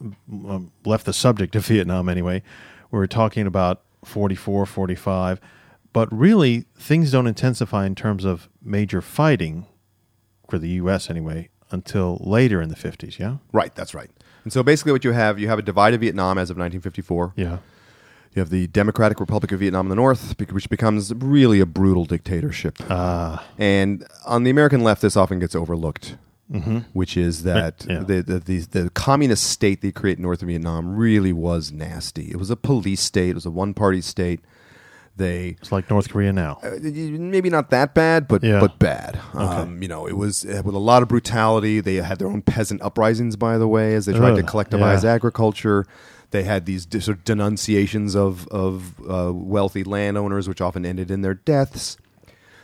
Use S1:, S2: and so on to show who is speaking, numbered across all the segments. S1: um, left the subject of Vietnam anyway. We were talking about 44, 45, but really things don't intensify in terms of major fighting for the U.S. anyway until later in the 50s. Yeah,
S2: Right, that's right. And so basically, what you have, you have a divided Vietnam as of 1954.
S1: yeah.
S2: You have the Democratic Republic of Vietnam in the north, bec- which becomes really a brutal dictatorship.
S1: Ah,
S2: and on the American left, this often gets overlooked, which is that
S1: Mm-hmm. yeah.
S2: the, the, the, the communist state they create in North Vietnam really was nasty. It was a police state, it was a one party state. They
S1: it's like North Korea now.
S2: Uh, maybe not that bad, but
S1: Yeah.
S2: but bad. Um, you know, it was uh, with a lot of brutality. They had their own peasant uprisings, by the way, as they tried to
S1: Ugh,
S2: collectivize
S1: yeah.
S2: agriculture. They had these dis- sort of denunciations of of uh, wealthy landowners, which often ended in their deaths.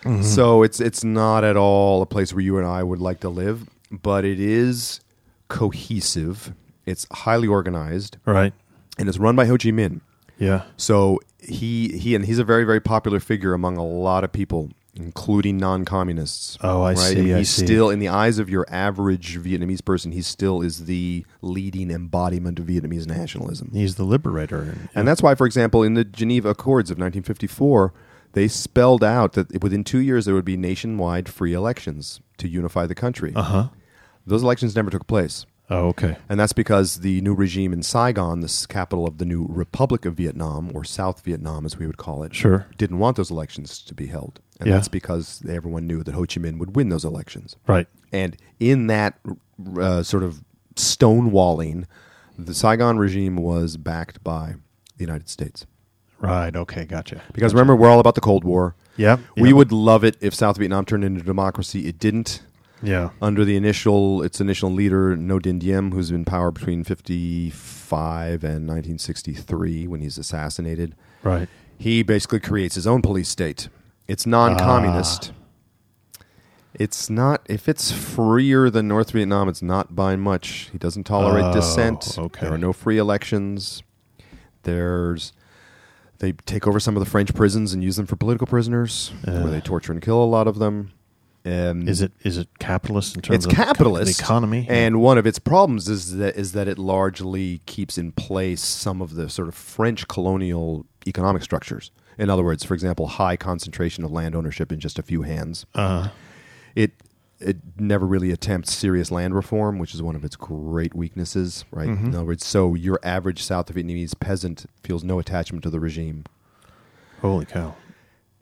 S1: Mm-hmm.
S2: So it's it's not at all a place where you and I would like to live, but it is cohesive. It's highly organized,
S1: Right.
S2: and it's run by Ho Chi Minh.
S1: Yeah.
S2: So he he and he's a very very popular figure among a lot of people, including non-communists.
S1: Oh, I see,
S2: And
S1: I
S2: he's
S1: see.
S2: still in the eyes of your average Vietnamese person. He still is the leading embodiment of Vietnamese nationalism.
S1: He's the liberator.
S2: And that's why, for example, in the Geneva Accords of 1954, they spelled out that within two years there would be nationwide free elections to unify the country.
S1: Uh huh.
S2: Those elections never took place.
S1: Oh, okay.
S2: And that's because the new regime in Saigon, the s- capital of the new Republic of Vietnam, or South Vietnam as we would call it,
S1: Sure.
S2: didn't want those elections to be held. And
S1: Yeah.
S2: that's because everyone knew that Ho Chi Minh would win those elections.
S1: Right.
S2: And in that r- uh, sort of stonewalling, the Saigon regime was backed by the United States.
S1: Right. Okay. Gotcha.
S2: Because remember, we're all about the Cold War.
S1: Yep,
S2: We
S1: yep.
S2: would love it if South Vietnam turned into democracy. It didn't
S1: Yeah.
S2: under the initial its initial leader No Dinh Diem, who's in power between 55 and 1963 when he's assassinated.
S1: Right.
S2: He basically creates his own police state. It's non-communist.
S1: Ah.
S2: It's not if it's freer than North Vietnam, it's not by much. He doesn't tolerate
S1: Oh,
S2: dissent.
S1: okay.
S2: There are no free elections. There's they take over some of the French prisons and use them for political prisoners, where they torture and kill a lot of them. Um,
S1: Is it is it capitalist in terms
S2: it's
S1: of the co-
S2: capitalist
S1: the economy
S2: and one of its problems is that is that it largely keeps in place some of the sort of French colonial economic structures. In other words, for example, high concentration of land ownership in just a few hands.
S1: Uh,
S2: It it never really attempts serious land reform, which is one of its great weaknesses, right?
S1: Mm-hmm.
S2: In other words, so your average South Vietnamese peasant feels no attachment to the regime.
S1: holy cow!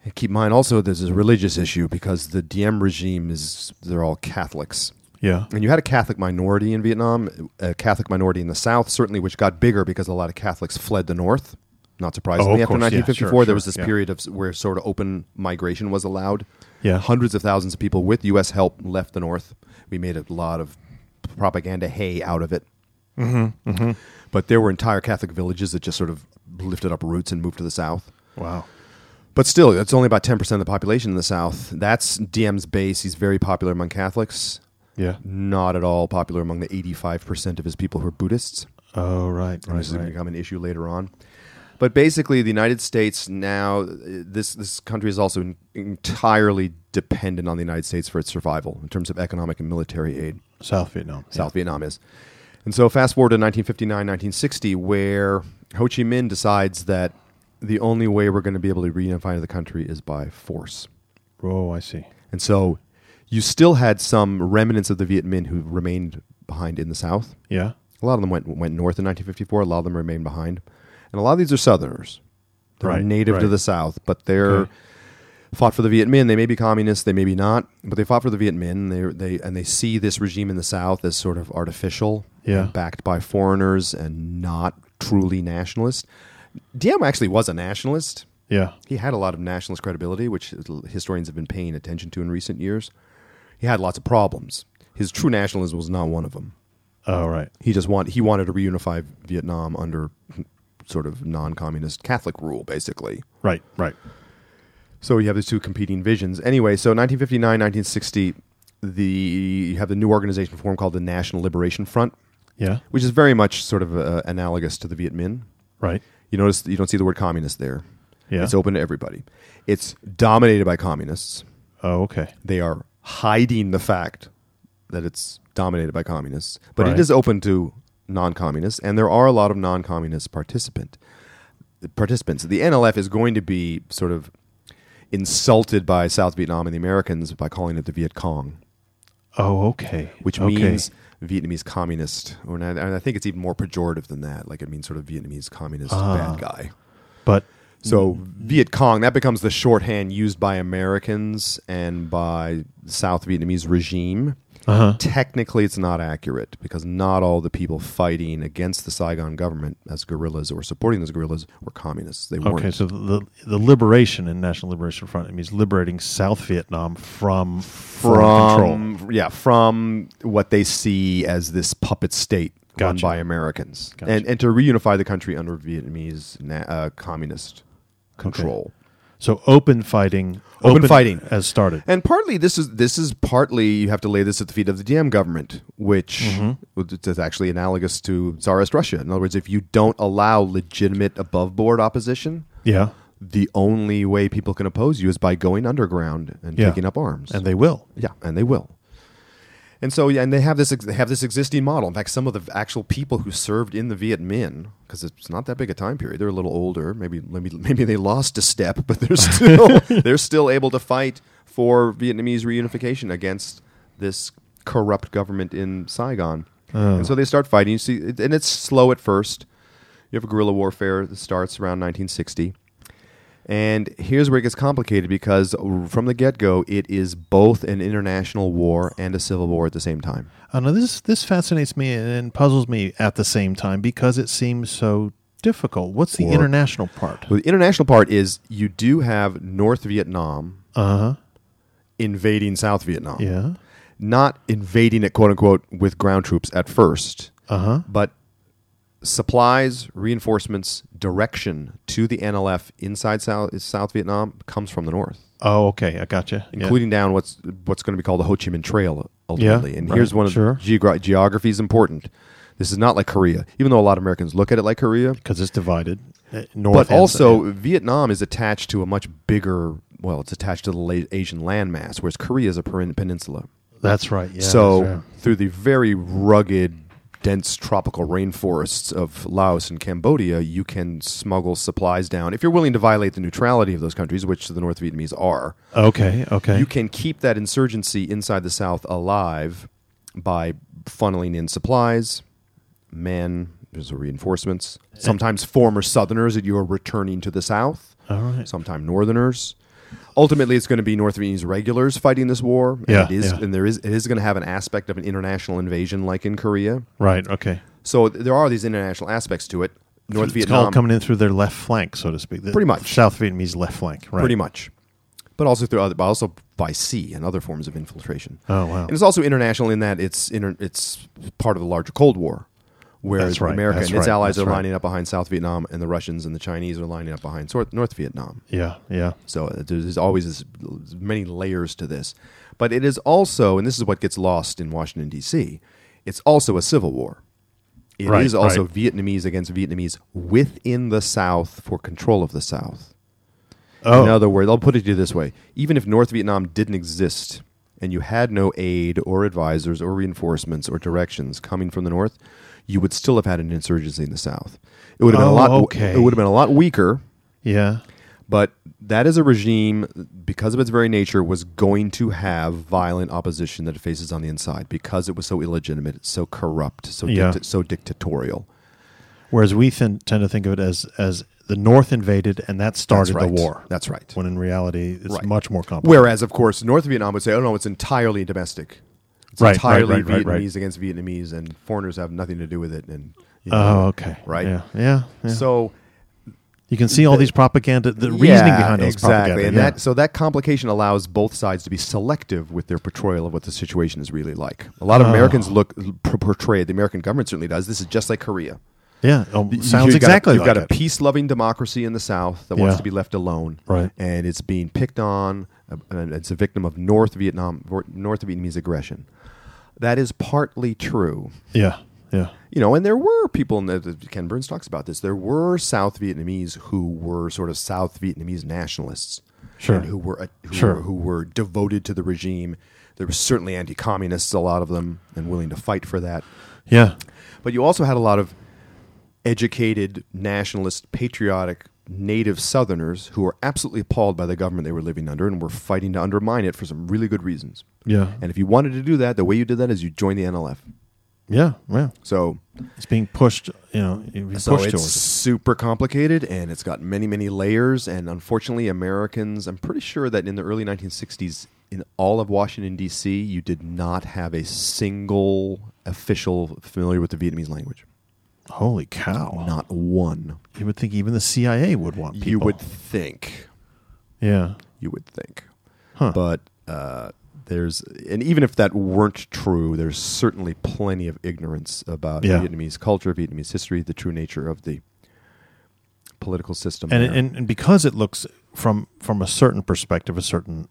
S2: And keep in mind also there's a religious issue because the Diem regime is they're all Catholics.
S1: Yeah.
S2: And you had a Catholic minority in Vietnam, a Catholic minority in the South, certainly, which got bigger because a lot of Catholics fled the North. Not surprisingly, after
S1: Oh, course, yeah,
S2: 1954,
S1: sure,
S2: there was
S1: sure,
S2: this
S1: yeah.
S2: period of s- where sort of open migration was allowed.
S1: Yeah.
S2: hundreds of thousands of people with U.S. help left the North. We made a lot of propaganda hay out of it.
S1: Mm-hmm,
S2: But there were entire Catholic villages that just sort of lifted up roots and moved to the South.
S1: Wow.
S2: But still, that's only about 10% of the population in the South. That's DM's base. He's very popular among Catholics.
S1: Yeah.
S2: Not at all popular among the 85% of his people who are Buddhists.
S1: Oh, right.
S2: And this
S1: Right.
S2: is going to
S1: right.
S2: become an issue later on. But basically, the United States now, uh, this, this country is also en- entirely dependent on the United States for its survival in terms of economic and military aid.
S1: South Vietnam.
S2: South Vietnam is. And so fast forward to 1959, 1960, where Ho Chi Minh decides that the only way we're going to be able to reunify the country is by force.
S1: Oh, I see.
S2: And so you still had some remnants of the Viet Minh who remained behind in the South.
S1: Yeah.
S2: A lot of them went, went north in 1954, a lot of them remained behind. And a lot of these are Southerners. They're
S1: Right,
S2: native to
S1: right.
S2: the South, but they're
S1: Okay.
S2: fought for the Viet Minh. They may be communists, they may be not, but they fought for the Viet Minh. They they and they see this regime in the South as sort of artificial,
S1: Yeah.
S2: and backed by foreigners, and not truly nationalist. Diem actually was a nationalist.
S1: Yeah.
S2: He had a lot of nationalist credibility, which historians have been paying attention to in recent years. He had lots of problems. His true nationalism was not one of them.
S1: Oh, right.
S2: He just want he wanted to reunify Vietnam under sort of non-communist Catholic rule, basically.
S1: Right. Right.
S2: So you have these two competing visions. Anyway, so 1959, 1960, the you have the new organization formed called the National Liberation Front,
S1: Yeah.
S2: which is very much sort of uh, analogous to the Viet Minh.
S1: Right.
S2: You notice you don't see the word communist there.
S1: Yeah.
S2: It's open to everybody. It's dominated by communists.
S1: Oh, okay.
S2: They are hiding the fact that it's dominated by communists, but
S1: Right.
S2: it is open to non-communists, and there are a lot of non-communist participant participants. The NLF is going to be sort of insulted by South Vietnam and the Americans by calling it the Viet Cong,
S1: Oh, okay.
S2: which
S1: Okay.
S2: means Vietnamese communist, or and I think it's even more pejorative than that. Like it means sort of Vietnamese communist
S1: Ah.
S2: bad guy.
S1: But
S2: So
S1: Mm-hmm.
S2: Viet Cong that becomes the shorthand used by Americans and by the South Vietnamese regime.
S1: Uh-huh.
S2: Technically, it's not accurate because not all the people fighting against the Saigon government as guerrillas or supporting those guerrillas were communists. They weren't.
S1: okay, so the the liberation and National Liberation Front it means liberating South Vietnam from foreign
S2: from yeah from what they see as this puppet state run
S1: Gotcha.
S2: by Americans
S1: Gotcha.
S2: and and to reunify the country under Vietnamese na- uh, communist control.
S1: So open fighting,
S2: Open fighting.
S1: has started.
S2: And partly this is this is partly you have to lay this at the feet of the DM government, which
S1: Mm-hmm.
S2: is actually analogous to Tsarist Russia. In other words, if you don't allow legitimate above board opposition,
S1: Yeah,
S2: the only way people can oppose you is by going underground and
S1: Yeah.
S2: taking up arms.
S1: and they will.
S2: Yeah, and they will. And so, yeah, and they have this ex- they have this existing model. In fact, some of the actual people who served in the Viet Minh, because it's not that big a time period, they're a little older. Maybe maybe maybe they lost a step, but they're still they're still able to fight for Vietnamese reunification against this corrupt government in Saigon. And so they start fighting. You see, and it's slow at first. You have guerrilla warfare that starts around 1960. And here's where it gets complicated because from the get go, it is both an international war and a civil war at the same time.
S1: I know this this fascinates me and puzzles me at the same time because it seems so difficult. What's the
S2: Or-
S1: international part?
S2: The international part is you do have North Vietnam
S1: Uh huh.
S2: invading South Vietnam.
S1: Yeah.
S2: Not invading it, quote unquote, with ground troops at first,
S1: Uh huh.
S2: but supplies, reinforcements, direction to the NLF inside South, South Vietnam comes from the North.
S1: Oh, okay. I gotcha. Yeah.
S2: including down what's what's going to be called the Ho Chi Minh Trail ultimately.
S1: Yeah,
S2: and
S1: right,
S2: here's one of
S1: sure.
S2: the geogra- geography is important. This is not like Korea, even though a lot of Americans look at it like Korea.
S1: because it's divided. uh, North
S2: But
S1: and
S2: also,
S1: south.
S2: Vietnam is attached to a much bigger. Well, it's attached to the la- Asian landmass, whereas Korea is a perin- peninsula.
S1: that's right. Yeah,
S2: so
S1: that's right.
S2: through the very rugged, dense tropical rainforests of Laos and Cambodia, you can smuggle supplies down if you're willing to violate the neutrality of those countries, which the North Vietnamese are.
S1: okay, okay,
S2: You can keep that insurgency inside the South alive by funneling in supplies, men, there's reinforcements, sometimes former Southerners that you are returning to the South,
S1: all right.
S2: sometimes Northerners. Ultimately, it's going to be North Vietnamese regulars fighting this war. And
S1: Yeah,
S2: it is,
S1: yeah.
S2: and there is it is going to have an aspect of an international invasion, like in Korea.
S1: Right. Okay.
S2: So th- there are these international aspects to it. North
S1: It's
S2: Vietnam
S1: all coming in through their left flank, so to speak. The
S2: Pretty much.
S1: South Vietnamese left flank. Right.
S2: pretty much. But also through other, but also by sea and other forms of infiltration.
S1: Oh, wow.
S2: And it's also international in that it's inter- it's part of the larger Cold War, where
S1: That's right,
S2: America
S1: that's
S2: and its
S1: right,
S2: allies
S1: that's
S2: are
S1: right.
S2: lining up behind South Vietnam, and the Russians and the Chinese are lining up behind Sor- North Vietnam.
S1: Yeah. Yeah.
S2: So uh, there's there's always this, many layers to this. But it is also, and this is what gets lost in Washington, D.C., it's also a civil war. It is
S1: Right,
S2: also
S1: right.
S2: Vietnamese against Vietnamese within the South for control of the South.
S1: Oh,
S2: In other words, I'll put it to you this way even if North Vietnam didn't exist and you had no aid or advisors or reinforcements or directions coming from the North, you would still have had an insurgency in the South. It would have been
S1: Oh,
S2: a lot
S1: okay.
S2: it would have been a lot weaker,
S1: yeah.
S2: but that is a regime because of its very nature was going to have violent opposition that it faces on the inside because it was so illegitimate, so corrupt, so
S1: Yeah.
S2: dicta- so dictatorial.
S1: Whereas we thin- tend to think of it as as the North invaded and that started
S2: right.
S1: the war.
S2: That's right.
S1: When in reality, it's
S2: Right.
S1: much more complicated.
S2: Whereas, of course, North Vietnam would say, "Oh no, it's entirely domestic. It's
S1: Right, right,
S2: entirely
S1: right, right,
S2: Vietnamese
S1: right.
S2: against Vietnamese, and foreigners have nothing to do with it." And you know.
S1: Oh, okay.
S2: Right.
S1: Yeah. Yeah. yeah.
S2: so
S1: you can see all these propaganda, the reasoning
S2: yeah,
S1: behind those
S2: exactly,
S1: propaganda.
S2: and
S1: yeah.
S2: that so that complication allows both sides to be selective with their portrayal of what the situation is really like. A
S1: Uh-huh.
S2: lot of Americans look p- portray the American government certainly does. This is just like Korea.
S1: yeah. Oh, sounds
S2: you've
S1: exactly
S2: Got a,
S1: like
S2: you've got
S1: it.
S2: a peace-loving democracy in the South that
S1: Yeah.
S2: wants to be left alone,
S1: Right.
S2: And it's being picked on, uh, and it's a victim of North Vietnam, vor- North Vietnamese aggression. That is partly true,
S1: yeah. Yeah.
S2: you know. And there were people, in the, Ken Burns talks about this. There were South Vietnamese who were sort of South Vietnamese nationalists,
S1: Sure.
S2: and who were uh, who,
S1: Sure.
S2: were who were devoted to the regime. There were certainly anti-communists, a lot of them, and willing to fight for that.
S1: Yeah.
S2: But you also had a lot of educated, nationalist, patriotic, native Southerners who were absolutely appalled by the government they were living under and were fighting to undermine it for some really good reasons.
S1: Yeah.
S2: And if you wanted to do that, the way you did that is you joined the NLF.
S1: Yeah. Yeah.
S2: So,
S1: It's being pushed, you know, being pushed
S2: so it's
S1: towards. it.
S2: super complicated and it's got many, many layers. And unfortunately, Americans, I'm pretty sure that in the early 1960s, in all of Washington, D.C., you did not have a single official familiar with the Vietnamese language.
S1: Holy cow.
S2: Not one.
S1: You would think even the CIA would want people.
S2: You would think.
S1: Yeah.
S2: You would think.
S1: Huh.
S2: But uh, there's, and even if that weren't true, there's certainly plenty of ignorance about
S1: Yeah.
S2: Vietnamese culture, Vietnamese history, the true nature of the political system.
S1: and,
S2: there.
S1: and and because it looks from from a certain perspective, a certain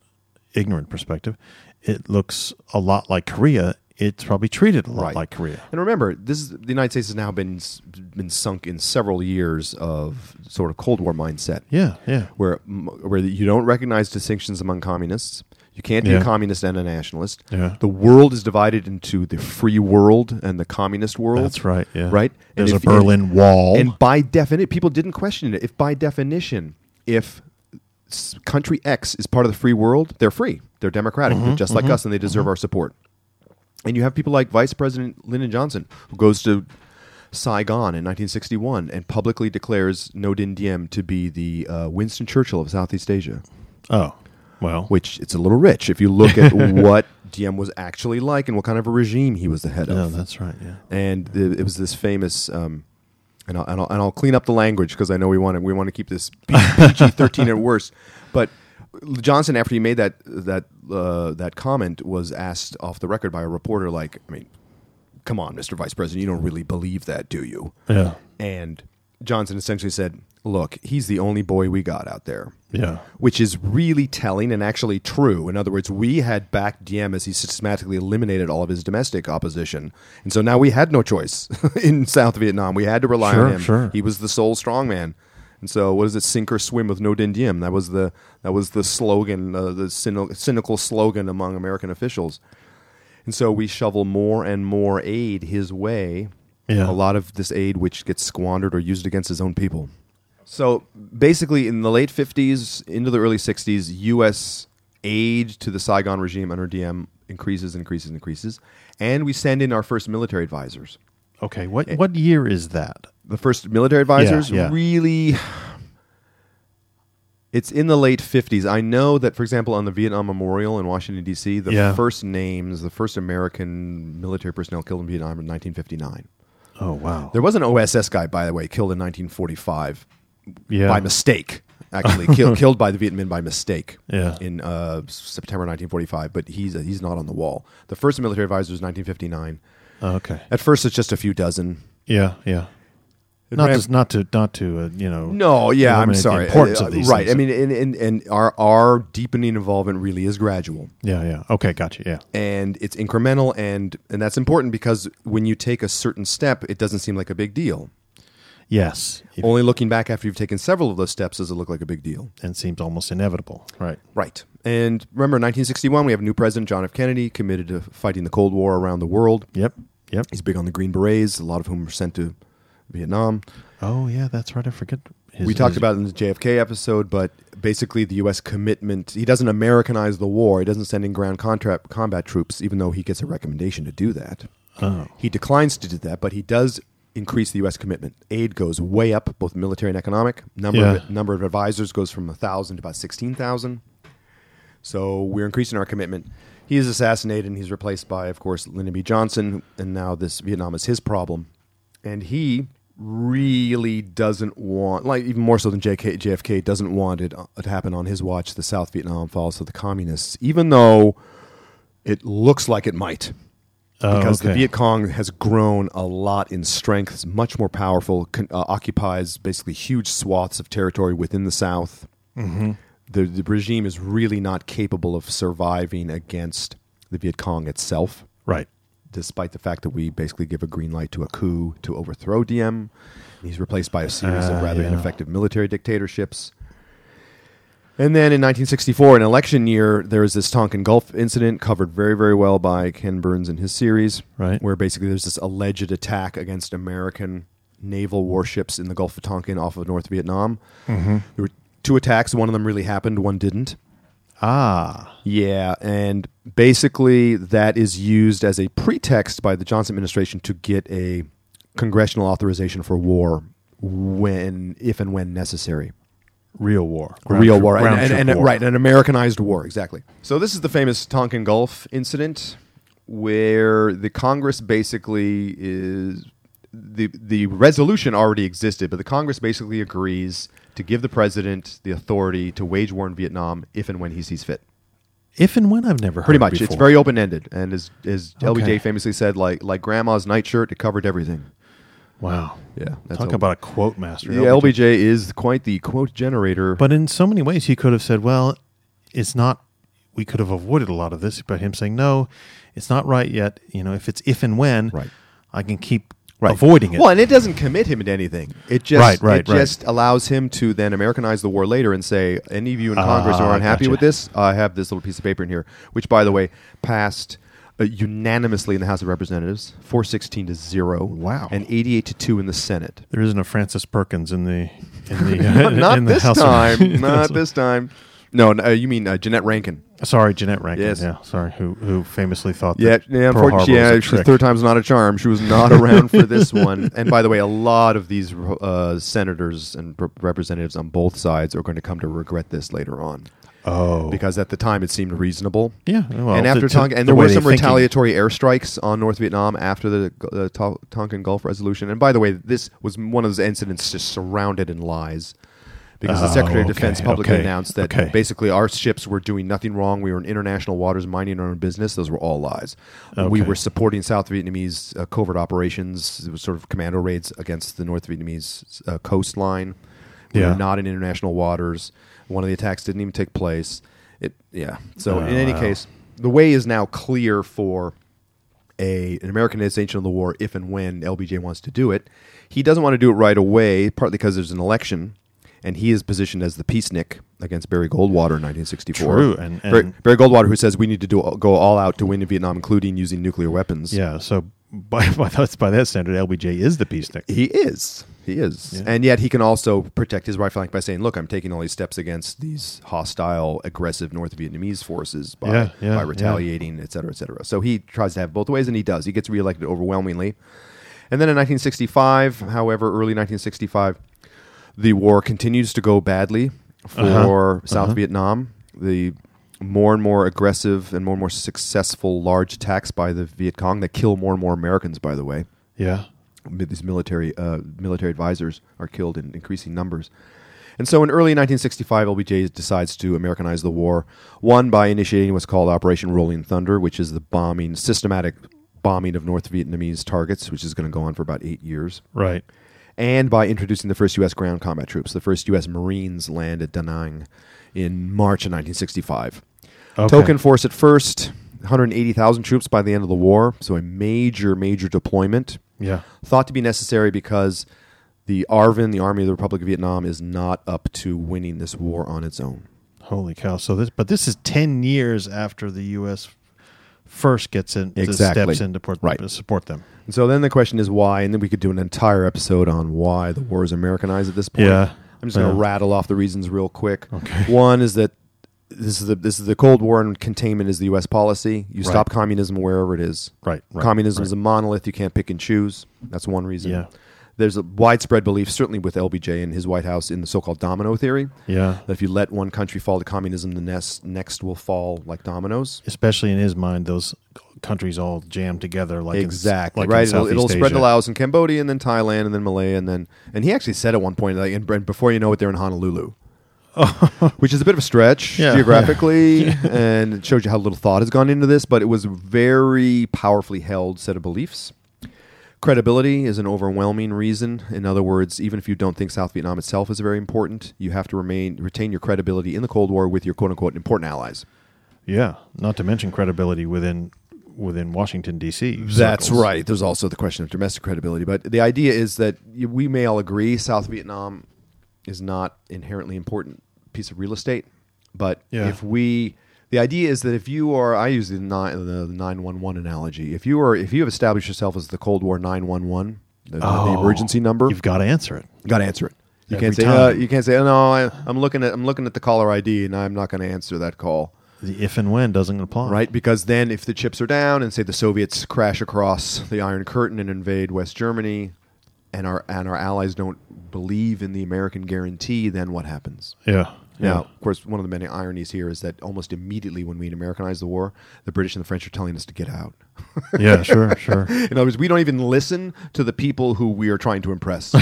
S1: ignorant perspective, it looks a lot like Korea. It's probably treated a lot
S2: Right.
S1: like Korea.
S2: And remember, this is, the United States has now been s- been sunk in several years of sort of Cold War mindset.
S1: Yeah, yeah,
S2: where where you don't recognize distinctions among communists. You can't be
S1: Yeah.
S2: a communist and a nationalist.
S1: Yeah.
S2: The world is divided into the free world and the communist world.
S1: that's right. Yeah,
S2: Right?
S1: There's a
S2: And if you-
S1: Berlin Wall.
S2: And by definition, people didn't question it. If by definition, if s- country X is part of the free world, they're free. They're democratic. they're just like us, and they deserve our support. And you have people like Vice President Lyndon Johnson, who goes to Saigon in 1961 and publicly declares No Din Diem to be the uh, Winston Churchill of Southeast Asia
S1: oh, well,
S2: which it's a little rich if you look at what Diem was actually like and what kind of a regime he was the head
S1: no,
S2: of.
S1: that's right. Yeah,
S2: and the, it was this famous, um, and, I'll, and, I'll, and I'll clean up the language because I know we want to we want to keep this PG thirteen at worst. But Johnson, after he made that that uh, that comment, was asked off the record by a reporter, like, I mean, come on, Mr. Vice President, you don't really believe that, do you?
S1: yeah,
S2: And Johnson essentially said, "Look, he's the only boy we got out there."
S1: yeah,
S2: which is really telling and actually true. In other words, we had backed Diem as he systematically eliminated all of his domestic opposition. And so now we had no choice in South Vietnam. We had to rely
S1: Sure,
S2: on him.
S1: sure.
S2: He was the sole strongman. And so what is it? Sink or swim with no din diem. That was the that was the slogan, uh, the cynical, cynical slogan among American officials. And so we shovel more and more aid his way.
S1: Yeah.
S2: A lot of this aid which gets squandered or used against his own people. So basically, in the late 50s into the early 60s, U.S. aid to the Saigon regime under Diem increases, increases, increases. And we send in our first military advisors.
S1: Okay, what what year is that?
S2: The first military advisors
S1: yeah.
S2: really. It's in the late 50s. I know that, for example, on the Vietnam Memorial in Washington, D.C., the
S1: Yeah.
S2: first names, the first American military personnel killed in Vietnam in 1959.
S1: Oh wow,
S2: There was an OSS guy, by the way, killed in 1945
S1: yeah,
S2: by mistake. Actually, killed killed by the Viet Minh by mistake.
S1: Yeah.
S2: In uh, September 1945, but he's he's not on the wall. The first military advisor was 1959.
S1: Oh, okay,
S2: At first, it's just a few dozen.
S1: yeah, yeah, Not to, not to not to uh, you know.
S2: No, yeah, I'm
S1: eliminate the
S2: sorry.
S1: importance
S2: Uh,
S1: of these
S2: right.
S1: things.
S2: I mean, and, and, and our, our deepening involvement really is gradual
S1: Yeah, yeah. Okay, gotcha. Yeah,
S2: and it's incremental. And, and that's important because when you take a certain step, it doesn't seem like a big deal.
S1: yes. It,
S2: Only looking back after you've taken several of those steps does it look like a big deal.
S1: and seems almost inevitable. Right.
S2: Oh. Right. And remember, 1961, we have a new president, John F. Kennedy, committed to fighting the Cold War around the world.
S1: Yep. Yep.
S2: He's big on the Green Berets, a lot of whom were sent to Vietnam.
S1: Oh yeah, that's right. I forget. His,
S2: we talked
S1: his-
S2: about it in the JFK episode, but basically the U.S. commitment. He doesn't Americanize the war. He doesn't send in ground contract combat troops, even though he gets a recommendation to do that.
S1: Oh.
S2: He declines to do that, but he does increase the U.S. commitment. Aid goes way up, both military and economic. Number
S1: Yeah.
S2: of, number of advisors goes from thousand to about sixteen thousand. So we're increasing our commitment. He is assassinated, and he's replaced by, of course, Lyndon B. Johnson. And now this Vietnam is his problem, and he really doesn't want, like even more so than JK, JFK, doesn't want it uh, to happen on his watch. The South Vietnam falls to the communists, even though it looks like it might.
S1: Oh,
S2: Because the
S1: okay.
S2: Viet Cong has grown a lot in strength, is much more powerful, con- uh, occupies basically huge swaths of territory within the South the, the regime is really not capable of surviving against the Viet Cong itself,
S1: Right.
S2: despite the fact that we basically give a green light to a coup to overthrow Diem. He's replaced by a series
S1: Ah,
S2: of rather
S1: yeah.
S2: ineffective military dictatorships. And then in 1964, an election year, there is this Tonkin Gulf incident covered very, very well by Ken Burns in his series,
S1: Right.
S2: where basically there's this alleged attack against American naval warships in the Gulf of Tonkin off of North Vietnam.
S1: Mm-hmm.
S2: There were two attacks. One of them really happened, one didn't.
S1: Ah.
S2: Yeah, and basically that is used as a pretext by the Johnson administration to get a congressional authorization for war when, if and when necessary.
S1: Real war.
S2: Real
S1: Round-trip-
S2: war, and,
S1: round-trip
S2: and- and-
S1: war.
S2: right? An Americanized war, exactly. So this is the famous Tonkin Gulf incident, where the Congress basically is the the resolution already existed, but the Congress basically agrees to give the president the authority to wage war in Vietnam if and when he sees fit.
S1: If and when I've never heard
S2: Pretty much, it's
S1: before.
S2: very open ended, and as as
S1: Okay.
S2: LBJ famously said, like like grandma's nightshirt, it covered everything.
S1: wow.
S2: Yeah, that's
S1: Talk
S2: how-
S1: about a quote master.
S2: Yeah, LBJ is quite the quote generator.
S1: But in so many ways, he could have said, "Well, it's not. We could have avoided a lot of this." by him saying, "No, it's not right yet. You know, if it's if and when,
S2: Right.
S1: I can keep avoiding it."
S2: Well, and it doesn't commit him to anything. It just
S1: Right, right,
S2: it
S1: right.
S2: just allows him to then Americanize the war later and say, any of you in Congress who
S1: Ah,
S2: are unhappy
S1: gotcha.
S2: with this, I have this little piece of paper in here, which, by the way, passed uh, unanimously in the House of Representatives, four sixteen to zero.
S1: Wow.
S2: and eighty eight to two in the Senate.
S1: there isn't a Francis Perkins in the in the
S2: Not
S1: in the
S2: this
S1: House of-
S2: time. Not this time. No, no you mean uh, Jeanette Rankin?
S1: Sorry, Jeanette Rankin.
S2: Yes.
S1: Yeah, sorry. Who who famously thought
S2: Yeah,
S1: that Pearl
S2: yeah,
S1: Harbor
S2: unfortunately, yeah,
S1: was a
S2: she-
S1: trick.
S2: third time's not a charm. She was not around for this one. And by the way, a lot of these uh, senators and rep- representatives on both sides are going to come to regret this later on
S1: Oh,
S2: because at the time it seemed reasonable.
S1: yeah. Well,
S2: and after
S1: to- to
S2: Tonkin, and
S1: the
S2: there
S1: way
S2: were
S1: they
S2: some
S1: think he-
S2: retaliatory airstrikes on North Vietnam after the uh, To- Tonkin Gulf resolution. And by the way, this was one of those incidents just surrounded in lies. Because the
S1: Oh,
S2: Secretary of
S1: okay,
S2: Defense publicly
S1: okay,
S2: announced that
S1: okay.
S2: basically our ships were doing nothing wrong. We were in international waters minding our own business. Those were all lies. We
S1: Okay.
S2: were supporting South Vietnamese uh, covert operations, it was sort of commando raids against the North Vietnamese uh, coastline. We
S1: Yeah.
S2: were not in international waters. One of the attacks didn't even take place. It yeah. So
S1: Oh,
S2: in any
S1: wow.
S2: case, the way is now clear for a an Americanization of the war if and when LBJ wants to do it. He doesn't want to do it right away, partly because there's an election, and he is positioned as the peacenik against Barry Goldwater in 1964.
S1: True, and-
S2: Barry,
S1: and-
S2: Barry Goldwater, who says we need to do go all out to win in Vietnam, including using nuclear weapons.
S1: Yeah. So by by that by that standard, LBJ is the peace stick.
S2: He is. He is. And yet he can also protect his right flank by saying, look, I'm taking all these steps against these hostile, aggressive North Vietnamese forces by,
S1: Yeah, yeah,
S2: by
S1: yeah.
S2: retaliating, et cetera, et cetera. So he tries to have both ways, and he does. He gets reelected overwhelmingly. And then in 1965, however, early 1965, the war continues to go badly
S1: Uh-huh.
S2: for South Vietnam. The more and more aggressive and more and more successful large attacks by the Viet Cong that kill more and more Americans, by the way
S1: Yeah.
S2: mi- these military uh, military advisors are killed in increasing numbers. And so in early 1965, LBJ decides to Americanize the war, one by initiating what's called Operation Rolling Thunder, which is the bombing, systematic bombing of North Vietnamese targets, which is going to go on for about eight years.
S1: Right.
S2: and by introducing the first U.S. ground combat troops. The first U.S. Marines land at Da Nang in March of 1965.
S1: Okay.
S2: Token force at first, 180,000 troops by the end of the war, so a major, major deployment
S1: Yeah.
S2: thought to be necessary because the Arvin, the Army of the Republic of Vietnam, is not up to winning this war on its own.
S1: Holy cow! So this, but this is ten years after the U.S. first gets in
S2: Exactly.
S1: steps in to support,
S2: Right.
S1: to support them.
S2: And so then the question is why, and then we could do an entire episode on why the war is Americanized at this point.
S1: Yeah.
S2: I'm just going to
S1: Yeah.
S2: rattle off the reasons real quick.
S1: Okay.
S2: One is that this is the this is the Cold War and containment is the U.S. policy. You
S1: Right.
S2: stop communism wherever it is.
S1: Right, right,
S2: Communism
S1: right.
S2: is a monolith. You can't pick and choose. That's one reason.
S1: Yeah.
S2: There's a widespread belief, certainly with LBJ and his White House, in the so-called domino theory.
S1: Yeah.
S2: that if you let one country fall to communism, the next next will fall like dominoes.
S1: Especially in his mind, those countries all jammed together like
S2: exactly
S1: in, like in
S2: right. It'll, it'll
S1: Southeast
S2: spread to
S1: Asia.
S2: Laos and Cambodia, and then Thailand, and then Malaya, and then and he actually said at one point, like, and, and before you know it, they're in Honolulu, which is a bit of a stretch
S1: Yeah.
S2: geographically, and it shows you how little thought has gone into this. But it was a very powerfully held set of beliefs. Credibility is an overwhelming reason. In other words, even if you don't think South Vietnam itself is very important, you have to remain retain your credibility in the Cold War with your quote unquote important allies.
S1: Yeah, not to mention credibility within within Washington D.C.
S2: That's
S1: circles.
S2: right. There's also the question of domestic credibility, but the idea is that y- we may all agree South Vietnam is not inherently important piece of real estate, but
S1: Yeah.
S2: if we the idea is that if you are I use the nine the 911 analogy. If you are if you have established yourself as the Cold War 911, the, the
S1: Oh,
S2: emergency number,
S1: You've got to answer it.
S2: got to answer it. You
S1: Every
S2: can't say
S1: time.
S2: uh, you can't say oh, no. I, I'm looking at I'm looking at the caller ID and I'm not going to answer that call
S1: The if and when doesn't apply.
S2: right? Because then, if the chips are down, and say the Soviets crash across the Iron Curtain and invade West Germany, and our and our allies don't believe in the American guarantee, then what happens?
S1: Yeah. Yeah.
S2: Now, of course, one of the many ironies here is that almost immediately when we Americanize the war, the British and the French are telling us to get out.
S1: yeah. Sure. Sure.
S2: In other words, we don't even listen to the people who we are trying to impress,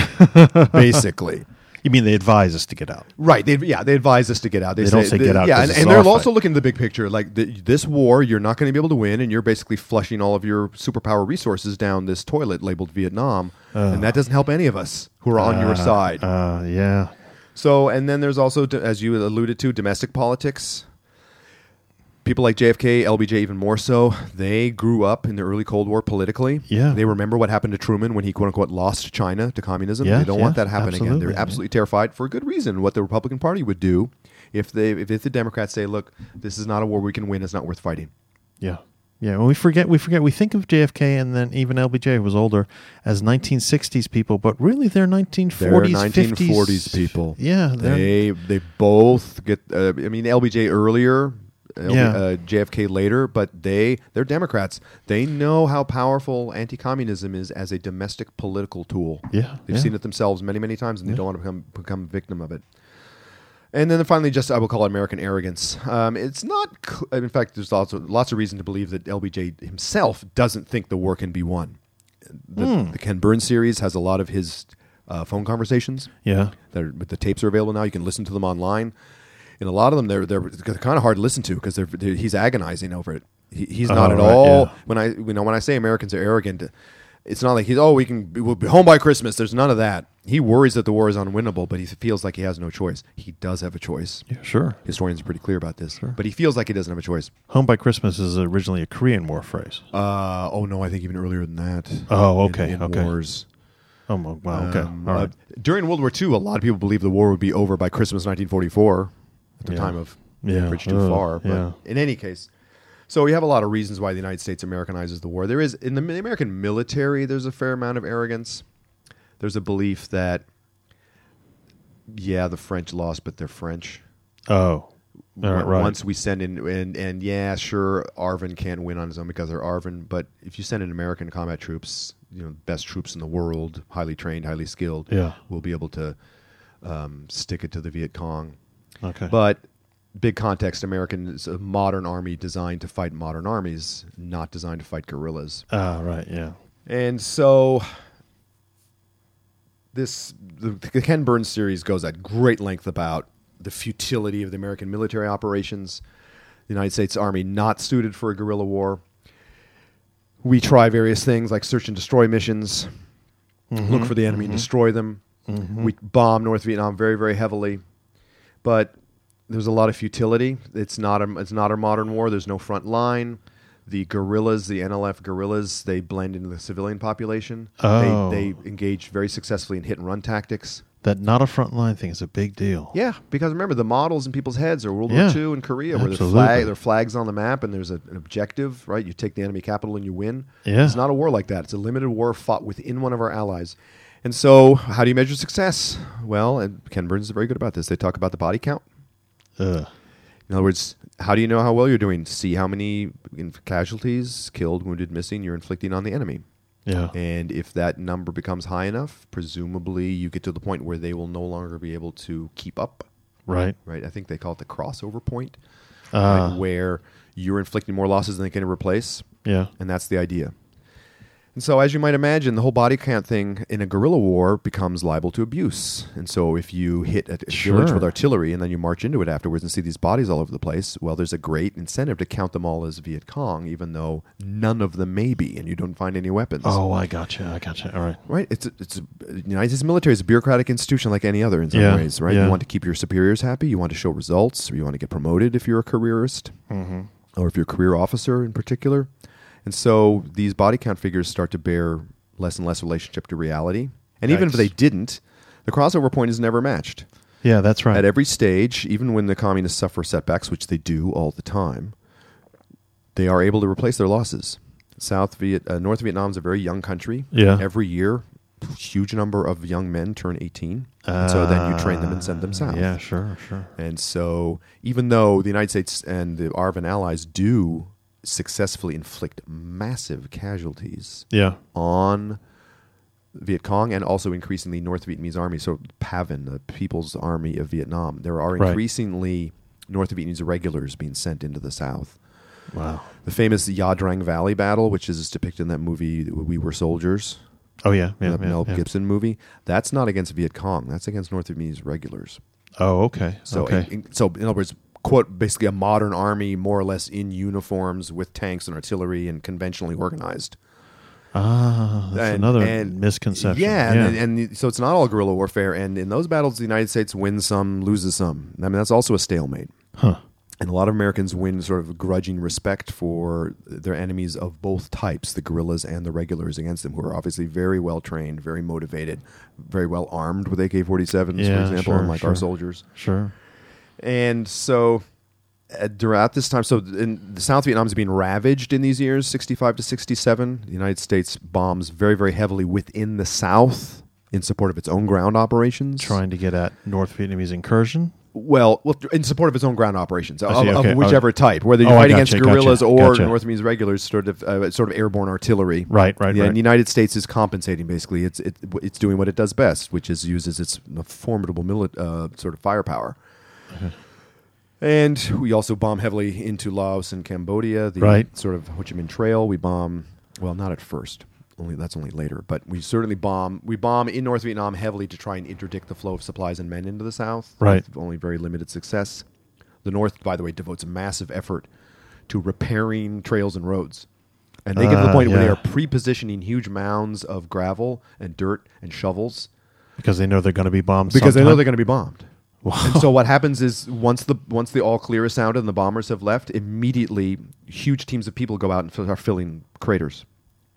S2: basically.
S1: You mean they advise us to get out?
S2: Right. They, yeah, they advise us to get out.
S1: They don't say get out,
S2: Yeah,
S1: 'cause
S2: and,
S1: it's
S2: and
S1: an
S2: they're
S1: arms
S2: also
S1: fight.
S2: looking at the big picture. Like th this war, you're not going to be able to win, and you're basically flushing all of your superpower resources down this toilet labeled Vietnam, and that doesn't help any of us who are on your side.
S1: Uh, yeah.
S2: so, and then there's also, d- as you alluded to, domestic politics. People like JFK, LBJ, even more so, they grew up in the early Cold War politically.
S1: Yeah.
S2: They remember what happened to Truman when he, quote unquote, lost China to communism.
S1: Yeah,
S2: they don't want
S1: yeah,
S2: that happening again.
S1: absolutely.
S2: They're absolutely terrified for a good reason what the Republican Party would do if, they, if, if the Democrats say, look, this is not a war we can win, it's not worth fighting.
S1: Yeah. Yeah. Well, we forget. We forget. We think of JFK and then even LBJ who was older as 1960s people, but really they're 1940s,
S2: They're 1940s
S1: 50s.
S2: people.
S1: Yeah. They're,
S2: They they both get. Uh, I mean, LBJ earlier, LB,
S1: Yeah.
S2: uh, JFK later, but they they're Democrats. They know how powerful anti-communism is as a domestic political tool.
S1: Yeah,
S2: they've
S1: yeah.
S2: seen it themselves many many times, and they don't want to become become a victim of it. And then finally, just I will call it American arrogance. Um, it's not. cl- In fact, there's lots of lots of reason to believe that LBJ himself doesn't think the war can be won. The,
S1: Hmm.
S2: the Ken Burns series has a lot of his uh, phone conversations
S1: yeah.
S2: that are, but the tapes are available now. You can listen to them online, and a lot of them they're they're, they're kind of hard to listen to because they're, they're he's agonizing over it. He, he's not
S1: Oh,
S2: at
S1: right,
S2: all
S1: yeah.
S2: when I you know when I say Americans are arrogant, it's not like he's oh we can we'll be home by Christmas. There's none of that. He worries that the war is unwinnable, but he feels like he has no choice. He does have a choice.
S1: Yeah. Sure.
S2: Historians are pretty clear about this, but he feels like he doesn't have a choice.
S1: Home by Christmas is originally a Korean War phrase.
S2: Uh, oh no, I think even earlier than that.
S1: Oh,
S2: In-
S1: okay,
S2: in
S1: okay.
S2: Wars.
S1: Oh, mo- wow. Okay.
S2: Um,
S1: All
S2: uh,
S1: right.
S2: during World War II, a lot of people believed the war would be over by Christmas 1944 at the
S1: Yeah.
S2: time of
S1: Yeah.
S2: Bridge Too
S1: Ugh,
S2: Far. But
S1: yeah.
S2: in any case, so we have a lot of reasons why the United States Americanizes the war. There is, in the mi- American military, there's a fair amount of arrogance. There's a belief that, yeah, the French lost, but they're French.
S1: oh. All right.
S2: Once-
S1: Right.
S2: Once we send in, and, and yeah, sure, Arvin can win on his own because they're Arvin, but if you send in American combat troops, you know, best troops in the world, highly trained, highly skilled,
S1: Yeah.
S2: will be able to um, stick it to the Viet Cong.
S1: okay.
S2: But big context, American is a modern army designed to fight modern armies, not designed to fight guerrillas.
S1: Ah, right. Yeah.
S2: And so this the, the Ken Burns series goes at great length about the futility of the American military operations, the United States Army not suited for a guerrilla war. We try various things like search and destroy missions, look for the enemy, destroy them. We bomb North Vietnam very, very heavily, but there's a lot of futility. It's not a, it's not a modern war. There's no front line. The guerrillas, the NLF guerrillas, they blend into the civilian population.
S1: Oh.
S2: They, they engage very successfully in hit and run tactics.
S1: That not a front line thing is a big deal.
S2: Yeah, because remember the models in people's heads are World
S1: Yeah.
S2: War II and Korea, where
S1: Absolutely.
S2: their flag, their flags on the map, and there's a- an objective, right? You take the enemy capital and you win.
S1: Yeah.
S2: it's not a war like that. It's a limited war fought within one of our allies. And so, how do you measure success? Well, and Ken Burns is very good about this. They talk about the body count.
S1: Ugh.
S2: In other words, how do you know how well you're doing? See how many in- casualties, killed, wounded, missing you're inflicting on the enemy.
S1: Yeah.
S2: And if that number becomes high enough, presumably you get to the point where they will no longer be able to keep up
S1: Right.
S2: right? I think they call it the crossover point,
S1: Ah.
S2: right, where you're inflicting more losses than they can replace,
S1: Yeah.
S2: and that's the idea. And so, as you might imagine, the whole body count thing in a guerrilla war becomes liable to abuse. And so, if you hit a a village
S1: Sure.
S2: with artillery and then you march into it afterwards and see these bodies all over the place, well, there's a great incentive to count them all as Viet Cong, even though none of them may be, and you don't find any weapons.
S1: Oh, I gotcha. I gotcha. All right.
S2: Right. It's a, it's a, the United States military is a bureaucratic institution like any other in some
S1: Yeah,
S2: ways, right?
S1: yeah.
S2: You want to keep your superiors happy. You want to show results. Or you want to get promoted if you're a careerist, or if you're a career officer in particular. And so these body count figures start to bear less and less relationship to reality. And even if
S1: Yikes.
S2: they didn't, the crossover point is never matched.
S1: Yeah, that's right.
S2: At every stage, even when the communists suffer setbacks, which they do all the time, they are able to replace their losses. South Viet, uh, North Vietnam's a very young country.
S1: Yeah.
S2: Every year, huge number of young men turn 18. and so then you train them and send them south.
S1: Ah, yeah, sure, sure.
S2: And so even though the United States and the Arvan allies do successfully inflict massive casualties
S1: Yeah.
S2: on Viet Cong and also increasingly North Vietnamese army. So PAVN, the People's Army of Vietnam, there are
S1: Right.
S2: increasingly North Vietnamese regulars being sent into the South.
S1: Wow.
S2: The famous Yadrang Valley battle, which is depicted in that movie We Were Soldiers,
S1: Oh yeah, yeah,
S2: that
S1: yeah,
S2: Mel
S1: yeah.
S2: Gibson movie, that's not against Viet Cong. That's against North Vietnamese regulars.
S1: Oh, okay.
S2: So,
S1: okay.
S2: in, in- so in other words, quote basically a modern army, more or less in uniforms with tanks and artillery and conventionally organized.
S1: ah, that's
S2: And-
S1: another
S2: and-
S1: misconception.
S2: Yeah, And, and the- so it's not all guerrilla warfare. And in those battles, the United States wins some, loses some. I mean, that's also a stalemate.
S1: huh.
S2: And a lot of Americans win sort of grudging respect for their enemies of both types, the guerrillas and the regulars against them, who are obviously very well trained, very motivated, very well armed with AK 47s, for
S1: Yeah,
S2: example,
S1: sure,
S2: unlike
S1: sure.
S2: our soldiers.
S1: Sure.
S2: And so uh, throughout this time, so in the South Vietnam is being ravaged in these years, 65 to 67. The United States bombs very, very heavily within the South in support of its own ground operations.
S1: Trying to get at North Vietnamese incursion.
S2: Well, well, th- in support of its own ground operations of,
S1: see, okay.
S2: of whichever
S1: Oh.
S2: type, whether you
S1: Oh, I
S2: fight
S1: gotcha,
S2: against guerrillas
S1: gotcha,
S2: or
S1: gotcha.
S2: North Vietnamese regulars, sort of uh, sort of airborne artillery.
S1: Right, right,
S2: Yeah,
S1: right.
S2: And the United States is compensating. Basically, it's it, it's doing what it does best, which is uses its formidable mili- uh, sort of firepower.
S1: Uh-huh.
S2: And we also bomb heavily into Laos and Cambodia. The
S1: Right.
S2: sort of Ho Chi Minh Trail. We bomb. Well, not at first. Only that's only later. But we certainly bomb. We bomb in North Vietnam heavily to try and interdict the flow of supplies and men into the South.
S1: Right.
S2: With only very limited success. The North, by the way, devotes a massive effort to repairing trails and roads. And they get to the
S1: Ah,
S2: point where they
S1: yeah.
S2: are pre-positioning huge mounds of gravel and dirt and shovels
S1: Because they know they're going to be bombed.
S2: because they know
S1: sometime.
S2: they're going to be bombed. And so what happens is once the once the all clear is sounded and the bombers have left, immediately huge teams of people go out and f- are filling craters.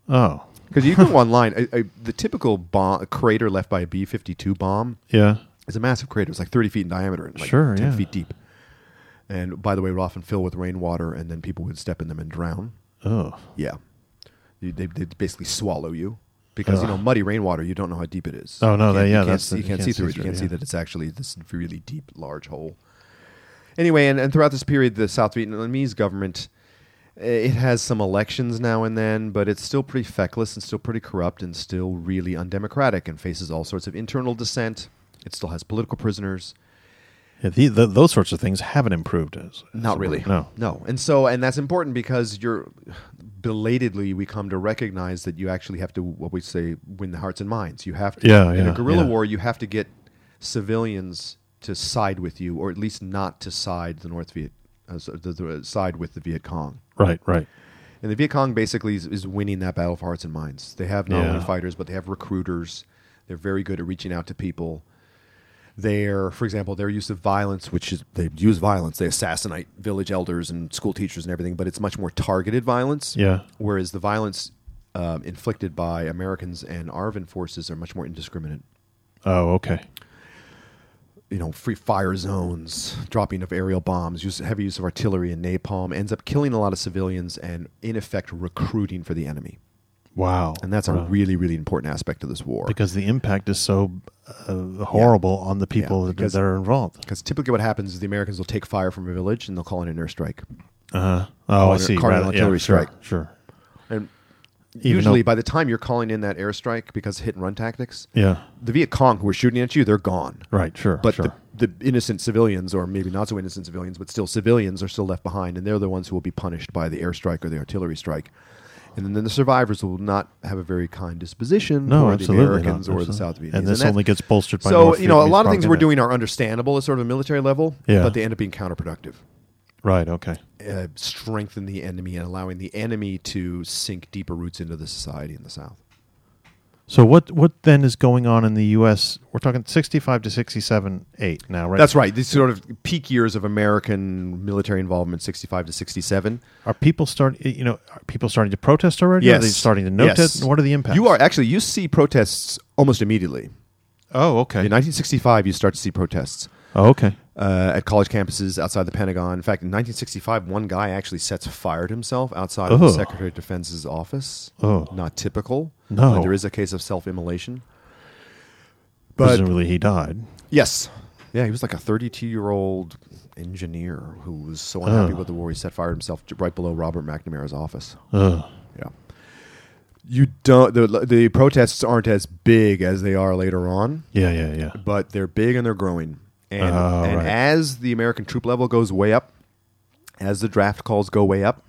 S1: Oh,
S2: Because you go online, a, a, the typical bomb crater left by a B fifty two bomb
S1: yeah.
S2: is a massive crater. It's like thirty feet in diameter and like
S1: Sure,
S2: ten
S1: yeah.
S2: feet deep. And by the way, would often fill with rainwater, and then people would step in them and drown.
S1: Oh,
S2: Yeah, You- they they basically swallow you because you
S1: Ugh.
S2: know muddy rainwater. You don't know how deep it is.
S1: Oh, no,
S2: You
S1: they-
S2: can't-
S1: yeah,
S2: you can't,
S1: that's
S2: see-
S1: the-
S2: you can't see through it. You can't see
S1: yeah.
S2: that it's actually this really deep, large hole. Anyway, and, and throughout this period, the South Vietnamese government eh, it has some elections now and then, but it's still pretty feckless and still pretty corrupt and still really undemocratic and faces all sorts of internal dissent. It still has political prisoners.
S1: yeah, the, the, those sorts of things haven't improved. As,
S2: Not really.
S1: No.
S2: No. And so, and that's important because you're belatedly, we come to recognize that you actually have to, what we say, win the hearts and minds. You have to,
S1: Yeah,
S2: in
S1: yeah,
S2: a guerrilla
S1: yeah.
S2: war, you have to get civilians to side with you, or at least not to side the North Viet, uh, so- the, the, side with the Viet Cong.
S1: Right. Right.
S2: And the Viet Cong basically is, is winning that battle for hearts and minds. They have not only
S1: Yeah.
S2: fighters, but they have recruiters. They're very good at reaching out to people. Their, for example, their use of violence, which is they use violence, they assassinate village elders and school teachers and everything, but it's much more targeted violence.
S1: Yeah.
S2: Whereas the violence um, inflicted by Americans and Arvin forces are much more indiscriminate
S1: Oh, okay.
S2: you know, free fire zones, dropping of aerial bombs, use heavy use of artillery and napalm ends up killing a lot of civilians and in effect recruiting for the enemy.
S1: Wow.
S2: And that's a
S1: Wow.
S2: really, really important aspect of this war.
S1: because the impact is so uh, horrible on the people
S2: Yeah,
S1: that,
S2: because-
S1: that are involved.
S2: Because typically what happens is the Americans will take fire from a village and they'll call in an airstrike.
S1: Uh-huh. Oh, I
S2: Cardinal-
S1: see.
S2: cardinal
S1: Rather-
S2: artillery
S1: sure,
S2: strike.
S1: Sure.
S2: And
S1: Even
S2: usually
S1: though-
S2: by the time you're calling in that airstrike because hit and run tactics,
S1: Yeah.
S2: the Viet Cong who are shooting at you, they're gone.
S1: Right. Sure.
S2: But
S1: sure.
S2: the, the innocent civilians, or maybe not so innocent civilians, but still civilians, are still left behind, and they're the ones who will be punished by the airstrike or the artillery strike. And then the survivors will not have a very kind disposition
S1: no,
S2: toward the
S1: absolutely
S2: Americans
S1: not.
S2: or the South
S1: Absolutely.
S2: Vietnamese.
S1: And this
S2: that-
S1: only gets bolstered by
S2: so
S1: North
S2: you know a
S1: Vietnamese
S2: lot of things we're
S1: propaganda.
S2: doing are understandable at sort of a military level,
S1: Yeah.
S2: but they end up being counterproductive,
S1: Right. Okay.
S2: uh, strengthen the enemy and allowing the enemy to sink deeper roots into the society in the South.
S1: So what what then is going on in the U.S.? We're talking sixty-five to sixty-seven, eight now, right?
S2: That's right. These sort of peak years of American military involvement, sixty-five to sixty-seven.
S1: Are people start? You know, are people starting to protest already? Are they starting to notice?
S2: Yes.
S1: What are the impacts?
S2: You are actually you see protests almost immediately.
S1: Oh, okay.
S2: In 1965, you start to see protests
S1: oh, okay.
S2: uh, at college campuses outside the Pentagon. In fact, in 1965, one guy actually sets fire to himself outside of the
S1: Oh.
S2: Secretary of Defense's office.
S1: Oh.
S2: Not typical.
S1: No.
S2: But there is a case of self-immolation. But
S1: Presumably he died.
S2: yes, yeah, he was like a 32-year-old engineer who was so unhappy with the war he set fire to himself right below Robert McNamara's office.
S1: Ugh.
S2: Yeah. You don't the the protests aren't as big as they are later on,
S1: Yeah, yeah, yeah.
S2: but they're big and they're growing. And
S1: Oh,
S2: and
S1: right.
S2: as the American troop level goes way up, as the draft calls go way up,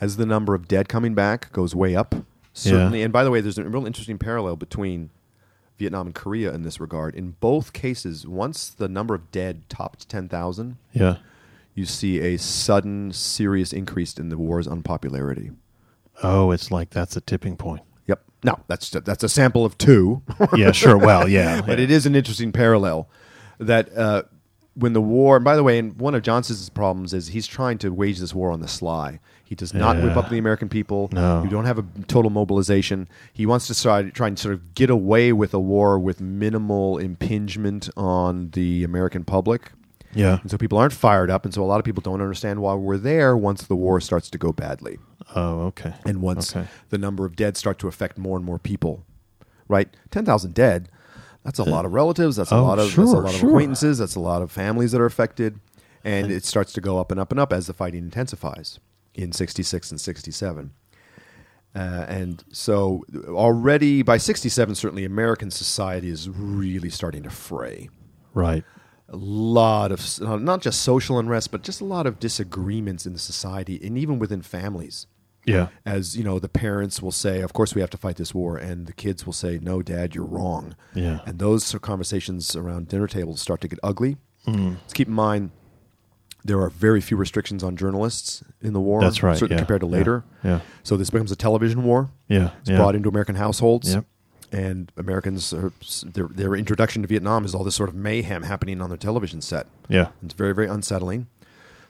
S2: as the number of dead coming back goes way up, certainly. And by the way, there's a real interesting parallel between Vietnam and Korea in this regard. In both cases, once the number of dead topped 10,000,
S1: Yeah.
S2: you see a sudden serious increase in the war's unpopularity.
S1: Oh, it's like that's a tipping point.
S2: Yep. No, that's that's a sample of two,
S1: Yeah, sure. Well, yeah.
S2: but it is an interesting parallel that uh, when the war. And by the way, and one of Johnson's problems is he's trying to wage this war on the sly. He does not whip
S1: Yeah.
S2: up the American people.
S1: No.
S2: You don't have a total mobilization. He wants to try, try and sort of get away with a war with minimal impingement on the American public.
S1: Yeah.
S2: And so people aren't fired up. And so a lot of people don't understand why we're there once the war starts to go badly
S1: Oh, okay.
S2: and once
S1: Okay.
S2: the number of dead start to affect more and more people, right? Ten thousand dead. That's a lot of relatives. That's a
S1: oh,
S2: lot of that's a
S1: sure,
S2: lot of
S1: sure.
S2: acquaintances. That's a lot of families that are affected, and it starts to go up and up and up as the fighting intensifies in '66 and '67. Uh, and so already by 67 certainly american society is really starting to fray
S1: Right.
S2: a lot of s- not just social unrest but just a lot of disagreements in the society and even within families
S1: Yeah.
S2: as you know the parents will say of course we have to fight this war and the kids will say no dad you're wrong
S1: Yeah.
S2: and those sort of conversations around dinner tables start to get ugly
S1: Mm-hmm.
S2: let's keep in mind there are very few restrictions on journalists in the war
S1: That's right,
S2: certainly
S1: yeah,
S2: compared to
S1: yeah,
S2: later
S1: yeah.
S2: so this becomes a television war
S1: Yeah.
S2: it's
S1: yeah.
S2: brought into american households
S1: Yep.
S2: and americans are, their, their introduction to vietnam is all this sort of mayhem happening on their television set
S1: Yeah.
S2: it's very, very unsettling.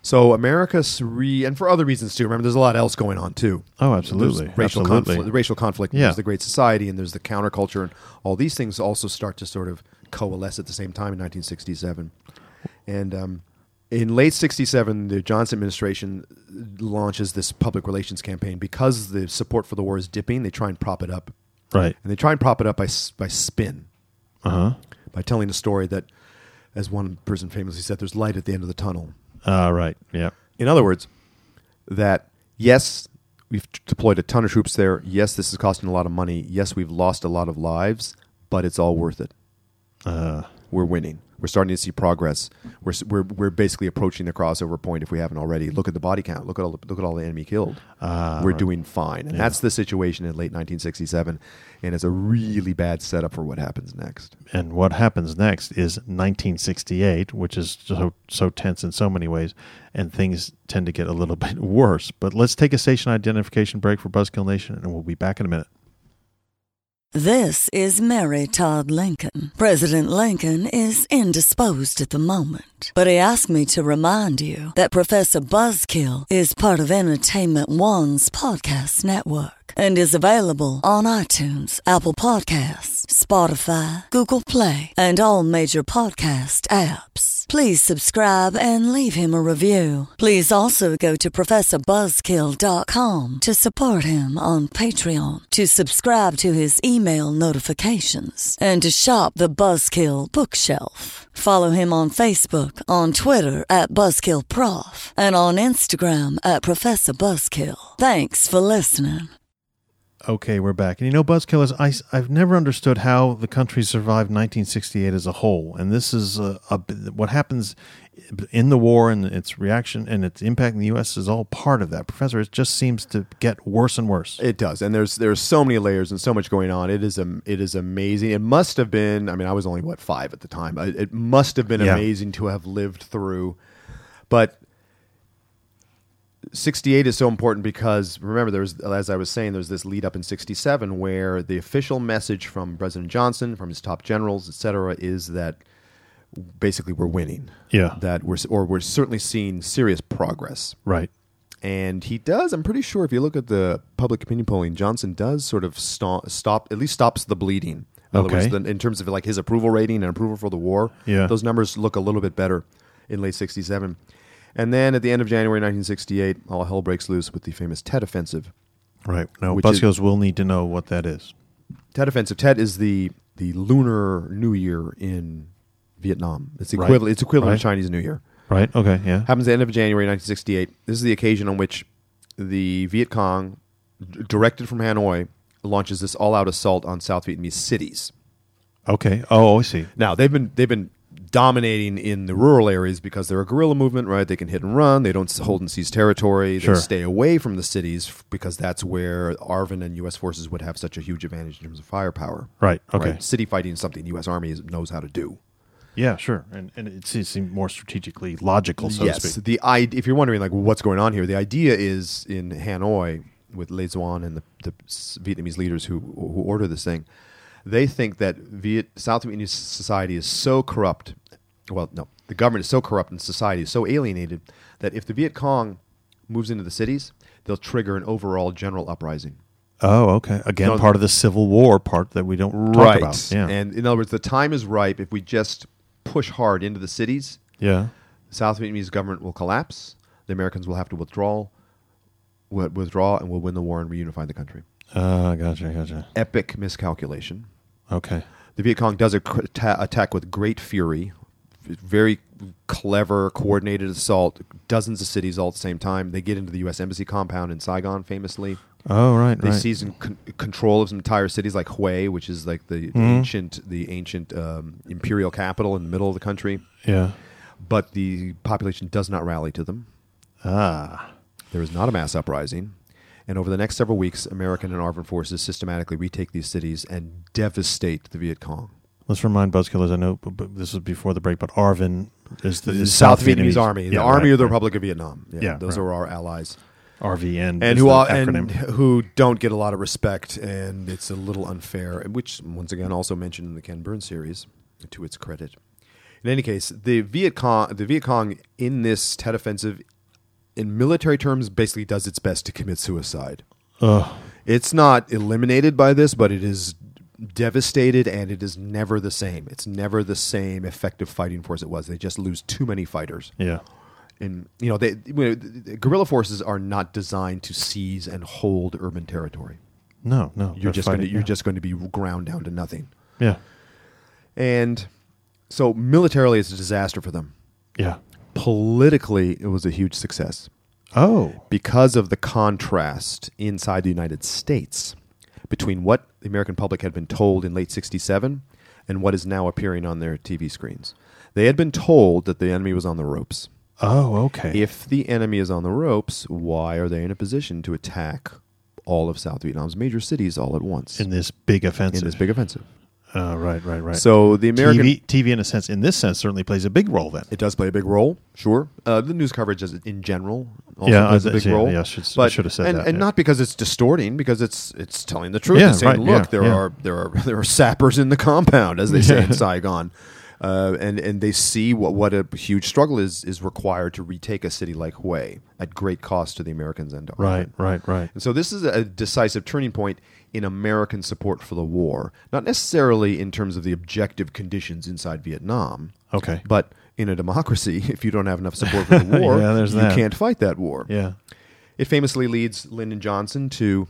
S2: So America's re and for other reasons too. Remember, there's a lot else going on too.
S1: Oh, absolutely.
S2: There's racial
S1: Absolutely.
S2: conflict. The racial conflict.
S1: Yeah.
S2: There's the Great Society, and there's the counterculture, and all these things also start to sort of coalesce at the same time in 1967. And um, in late '67, the Johnson administration launches this public relations campaign because the support for the war is dipping. They try and prop it up,
S1: Right.
S2: and they try and prop it up by s- by spin
S1: Uh-huh.
S2: by telling a story that, as one person famously said, "There's light at the end of the tunnel."
S1: Uh, right. Yeah.
S2: In other words, that yes, we've t- deployed a ton of troops there. Yes, this is costing a lot of money. Yes, we've lost a lot of lives, but it's all worth it.
S1: Uh,
S2: we're winning. We're starting to see progress. We're, s- we're, we're basically approaching the crossover point if we haven't already. Look at the body count. Look at all the, look at all the enemy killed. we're doing fine, and that's the situation in late 1967, and it's a really bad setup for what happens next.
S1: and what happens next is 1968, which is so so tense in so many ways, and things tend to get a little bit worse. But let's take a station identification break for Buzzkill Nation, and we'll be back in a minute.
S3: This is Mary Todd Lincoln. President Lincoln is indisposed at the moment, but he asked me to remind you that Professor Buzzkill is part of Entertainment One's podcast network and is available on iTunes, Apple Podcasts, Spotify, Google Play, and all major podcast apps. Please subscribe and leave him a review. Please also go to professorbuzzkill.com to support him on Patreon, to subscribe to his email notifications, and to shop the Buzzkill bookshelf. Follow him on Facebook, on Twitter at Buzzkill Prof, and on Instagram at Professor Buzzkill. Thanks for listening.
S1: Okay, we're back. And you know, Buzzkillers, I, I've never understood how the country survived 1968 as a whole. And this is a, a, what happens in the war and its reaction and its impact in the U.S. is all part of that. Professor, it just seems to get worse and worse.
S2: It does, and there's there's so many layers and so much going on. It is um, it is amazing. It must have been. I mean, I was only what five at the time. I- It must have been
S1: Yeah.
S2: amazing to have lived through, but. 68 is so important because remember there was as i was saying there's this lead up in 67 where the official message from president johnson from his top generals et cetera, is that basically we're winning
S1: Yeah.
S2: that we're or we're certainly seeing serious progress
S1: right.
S2: and he does. I'm pretty sure if you look at the public opinion polling, Johnson does sort of stop, stop at least stops the bleeding. In other
S1: Okay.
S2: words, then in terms of like his approval rating and approval for the war,
S1: Yeah.
S2: those numbers look a little bit better in late '67. And then at the end of January 1968, all hell breaks loose with the famous Tet Offensive.
S1: Right. Now,
S2: Which is-
S1: Buzzkillers will need to know what that is.
S2: Tet Offensive. Tet is the the Lunar New Year in Vietnam. It's
S1: Right.
S2: equivalent. It's equivalent
S1: Right.
S2: to Chinese New Year.
S1: Right. Okay. Yeah.
S2: Happens at the end of January 1968. This is the occasion on which the Viet Cong, d- directed from Hanoi, launches this all-out assault on South Vietnamese cities.
S1: Okay. Oh, I see.
S2: Now they've been they've been dominating in the rural areas because they're a guerrilla movement, right? They can hit and run. They don't s- hold and seize territory. They
S1: Sure.
S2: stay away from the cities f- because that's where Arvin and U.S. forces would have such a huge advantage in terms of firepower.
S1: Right, okay.
S2: City fighting is something U.S. Army is- knows how to do.
S1: Yeah, sure. And and it seems seemed more strategically logical, so to
S2: yes,
S1: speak.
S2: the idea. If you're wondering, like, what's going on here, the idea is in Hanoi with Le Duan and the, the s- Vietnamese leaders who who order this thing. They think that Viet, South Vietnamese society is so corrupt. Well, no, the government is so corrupt and society is so alienated that if the Viet Cong moves into the cities, they'll trigger an overall general uprising.
S1: Oh, okay. Again,
S2: No,
S1: part of the Civil War part that we don't talk about. Yeah.
S2: And in other words, the time is ripe. If we just push hard into the cities,
S1: yeah.
S2: the South Vietnamese government will collapse. The Americans will have to withdraw, wi- withdraw, and will win the war and reunify the country.
S1: Uh, gotcha, gotcha.
S2: Epic miscalculation.
S1: Okay.
S2: The Viet Cong does a cr- ta- attack with great fury, very clever, coordinated assault, dozens of cities all at the same time. They get into the U.S. embassy compound in Seigon, famously.
S1: Oh, right,
S2: They
S1: right.
S2: seize in con- control of some entire cities like Hue, which is like the ancient, the ancient um, imperial capital in the middle of the country.
S1: yeah.
S2: But the population does not rally to them.
S1: Ah.
S2: There is not a mass uprising. And over the next several weeks, American and Arvin forces systematically retake these cities and devastate the Viet Cong.
S1: Let's remind Buzzkillers, I know but, but this was before the break, but Arvin is the, is
S2: The South Vietnamese Army, the Army of the Republic of Vietnam. Yeah,
S1: Yeah,
S2: those
S1: right.
S2: are our allies,
S1: RVN.
S2: and
S1: is
S2: who
S1: the
S2: are, and
S1: acronym.
S2: who don't get a lot of respect, and it's a little unfair. Which, once again, also mentioned in the Ken Burns series, to its credit. In any case, the Viet Cong, the Viet Cong in this Tet offensive, in military terms, basically does its best to commit suicide.
S1: Ugh.
S2: It's not eliminated by this, but it is devastated and it is never the same. It's never the same effective fighting force it was. They just lose too many fighters.
S1: Yeah.
S2: And you know, they you know, the- the guerrilla forces are not designed to seize and hold urban territory.
S1: No, no.
S2: You're
S1: they're
S2: just going to
S1: fighting,
S2: you're
S1: yeah.
S2: just going to be ground down to nothing.
S1: Yeah.
S2: And so militarily it's a disaster for them.
S1: Yeah.
S2: Politically it was a huge success.
S1: Oh.
S2: because of the contrast inside the United States between what the American public had been told in late 67 and what is now appearing on their TV screens. They had been told that the enemy was on the ropes.
S1: Oh, okay.
S2: If the enemy is on the ropes, why are they in a position to attack all of South Vietnam's major cities all at once
S1: in this big
S2: in
S1: offensive.
S2: this big offensive?
S1: Oh, right, right, right.
S2: So the American
S1: TV, TV, in a sense, in this sense, certainly plays a big role then.
S2: It does play a big role, sure. Uh, the news coverage is in general also
S1: Yeah,
S2: plays
S1: I-
S2: a big
S1: yeah,
S2: role.
S1: yeah, I should-
S2: But-
S1: should have said
S2: and,
S1: that,
S2: And
S1: yeah.
S2: not because it's distorting, because it's it's telling the truth.
S1: Yeah,
S2: and saying,
S1: right,
S2: look,
S1: yeah,
S2: there
S1: yeah.
S2: are there are there are sappers in the compound, as they say in Saigon. Uh, and and they see what what a huge struggle is is required to retake a city like Hue at great cost to the Americans and to
S1: Right,
S2: Ireland.
S1: right, right.
S2: And so this is a decisive turning point in American support for the war, not necessarily in terms of the objective conditions inside Vietnam.
S1: Okay.
S2: But in a democracy, if you don't have enough support for the war,
S1: Yeah, there's
S2: you
S1: that.
S2: can't fight that war.
S1: Yeah.
S2: It famously leads Lyndon Johnson to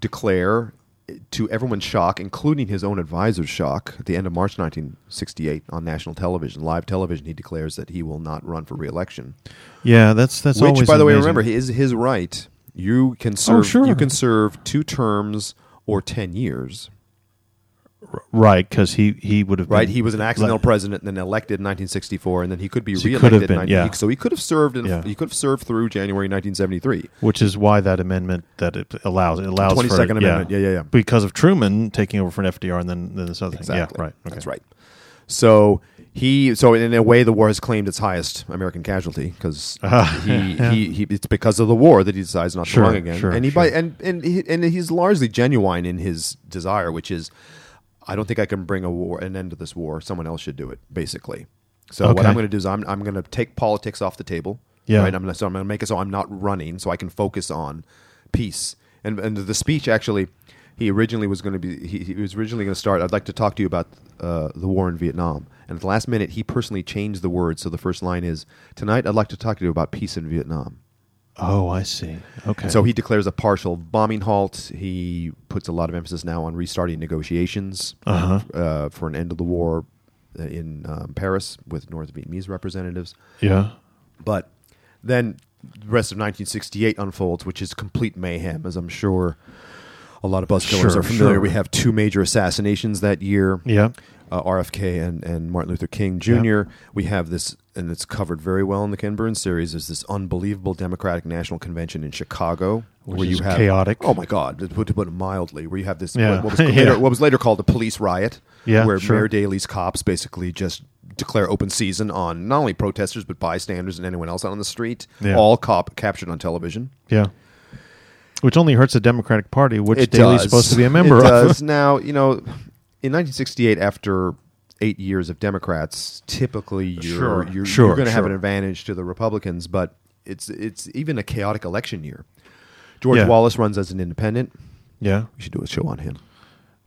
S2: declare eh, to everyone's shock, including his own advisor's shock, at the end of March 1968 on national television, live television, he declares that he will not run for reelection.
S1: Yeah, that's that's
S2: Which,
S1: always
S2: by the way,
S1: amazing. Oh,
S2: remember, is his right. You can serve.
S1: sure.
S2: You can serve two terms or ten years.
S1: right because he he would have
S2: Right,
S1: been-
S2: he was an accidental
S1: like-
S2: president, and then elected in 1964, and then he could be
S1: So he
S2: reelected.
S1: could have
S2: in
S1: been,
S2: 19
S1: yeah.
S2: So he could have served. In,
S1: Yeah.
S2: He could have served through January 1973.
S1: which is why that amendment that it allows it allows for
S2: 22nd Amendment. Yeah, yeah, yeah.
S1: because of Truman taking over from FDR and then, then this other
S2: Exactly.
S1: thing. Yeah, right. Okay.
S2: That's right. So he. So in a way, the war has claimed its highest American casualty because he, he, he. It's because of the war that he decides not
S1: Sure,
S2: to run again.
S1: sure,
S2: and he by
S1: sure.
S2: and and he, and he's largely genuine in his desire, which is, I don't think I can bring a war an end to this war. Someone else should do it. Basically. So what
S1: Okay.
S2: I'm going to do is I'm I'm going to take politics off the table.
S1: Yeah.
S2: Right. I'm gonna, so I'm going to make it so I'm not running, so I can focus on peace. And and the speech actually, he originally was going to be he, he was originally going to start. I'd like to talk to you about uh, the war in Vietnam. And at the last minute, he personally changed the words. So the first line is tonight. I'd like to talk to you about peace in Vietnam.
S1: Oh, I see. Okay.
S2: So he declares a partial bombing halt. He puts a lot of emphasis now on restarting negotiations
S1: Uh-huh.
S2: uh for an end of the war uh, in um, Paris with North Vietnamese representatives.
S1: yeah.
S2: But then the rest of 1968 unfolds, which is complete mayhem, as I'm sure a lot of buzzkillers
S1: Sure,
S2: are familiar.
S1: sure.
S2: We have two major assassinations that year.
S1: Yeah.
S2: Uh, RFK and, and Martin Luther King Jr. We have this, and it's covered very well in the Ken Burns series. Is this unbelievable Democratic National Convention in Chicago,
S1: Which is chaotic.
S2: Oh my God, to put, to put it mildly, where you have this
S1: Yeah.
S2: what, what was later,
S1: Yeah.
S2: what was later called the police riot,
S1: Yeah,
S2: where
S1: sure.
S2: Mayor Daley's cops basically just declare open season on not only protesters but bystanders and anyone else out on the street.
S1: Yeah.
S2: All cop captured on television.
S1: Yeah. Which only hurts the Democratic Party, which
S2: It
S1: Daley's
S2: does.
S1: supposed to be a member
S2: It
S1: of.
S2: does. now, you know, in 1968, after eight years of Democrats, typically you're
S1: Sure.
S2: you're,
S1: Sure,
S2: you're going to have
S1: sure.
S2: an advantage to the Republicans, but it's it's even a chaotic election year. George
S1: Yeah.
S2: Wallace runs as an independent.
S1: yeah.
S2: We should do a show on him.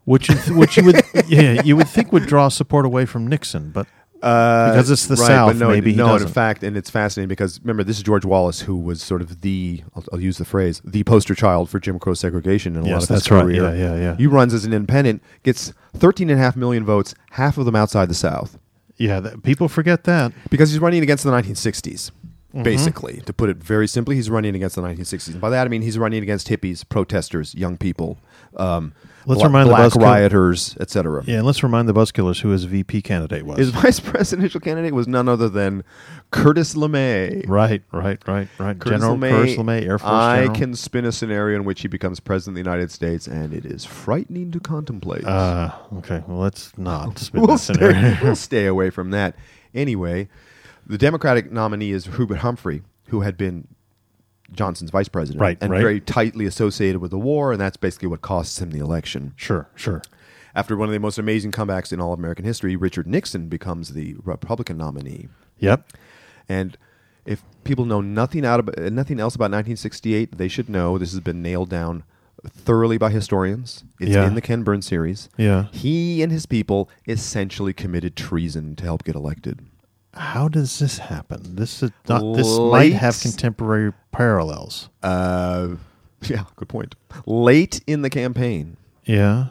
S1: Which you, th- which you would yeah you would think would draw support away from Nixon, but because it's the
S2: Right,
S1: South,
S2: but no,
S1: maybe he
S2: no.
S1: doesn't.
S2: in fact, and it's fascinating because remember, this is George Wallace, who was sort of the I'll, I'll use the phrase the poster child for Jim Crow segregation in a
S1: Yes,
S2: lot of
S1: that's
S2: his
S1: right.
S2: career.
S1: Yeah, yeah, yeah.
S2: He runs as an independent, gets 13 and a half million votes, half of them outside the South,
S1: yeah, that, people forget that.
S2: because he's running against the 1960s.
S1: Mm-hmm.
S2: Basically, to put it very simply, he's running against the 1960s. And by that, I mean he's running against hippies, protesters, young people, um,
S1: Let's
S2: bla-
S1: remind the
S2: black
S1: buzzkill-
S2: rioters, etc.
S1: Yeah, and let's remind the Buskillers who his VP candidate was.
S2: His vice presidential candidate was none other than Curtis LeMay.
S1: right, right, right, right.
S2: Curtis
S1: General
S2: LeMay,
S1: Curtis LeMay, Air Force
S2: I
S1: General.
S2: can spin a scenario in which he becomes president of the United States, and it is frightening to contemplate.
S1: Uh, okay, well, let's not spin
S2: we'll,
S1: that scenario.
S2: stay, we'll stay away from that. Anyway, the Democratic nominee is Hubert Humphrey, who had been Johnson's vice president
S1: Right,
S2: and
S1: right.
S2: very tightly associated with the war, and that's basically what costs him the election.
S1: Sure, sure.
S2: After one of the most amazing comebacks in all of American history, Richard Nixon becomes the Republican nominee.
S1: Yep.
S2: And if people know nothing out about, nothing else about 1968, they should know this has been nailed down thoroughly by historians. It's
S1: Yeah.
S2: in the Ken Burns series.
S1: Yeah.
S2: He and his people essentially committed treason to help get elected.
S1: How does this happen? This is not. This might have
S2: Late-
S1: contemporary parallels.
S2: Uh, yeah, good point. Late in the campaign,
S1: Yeah,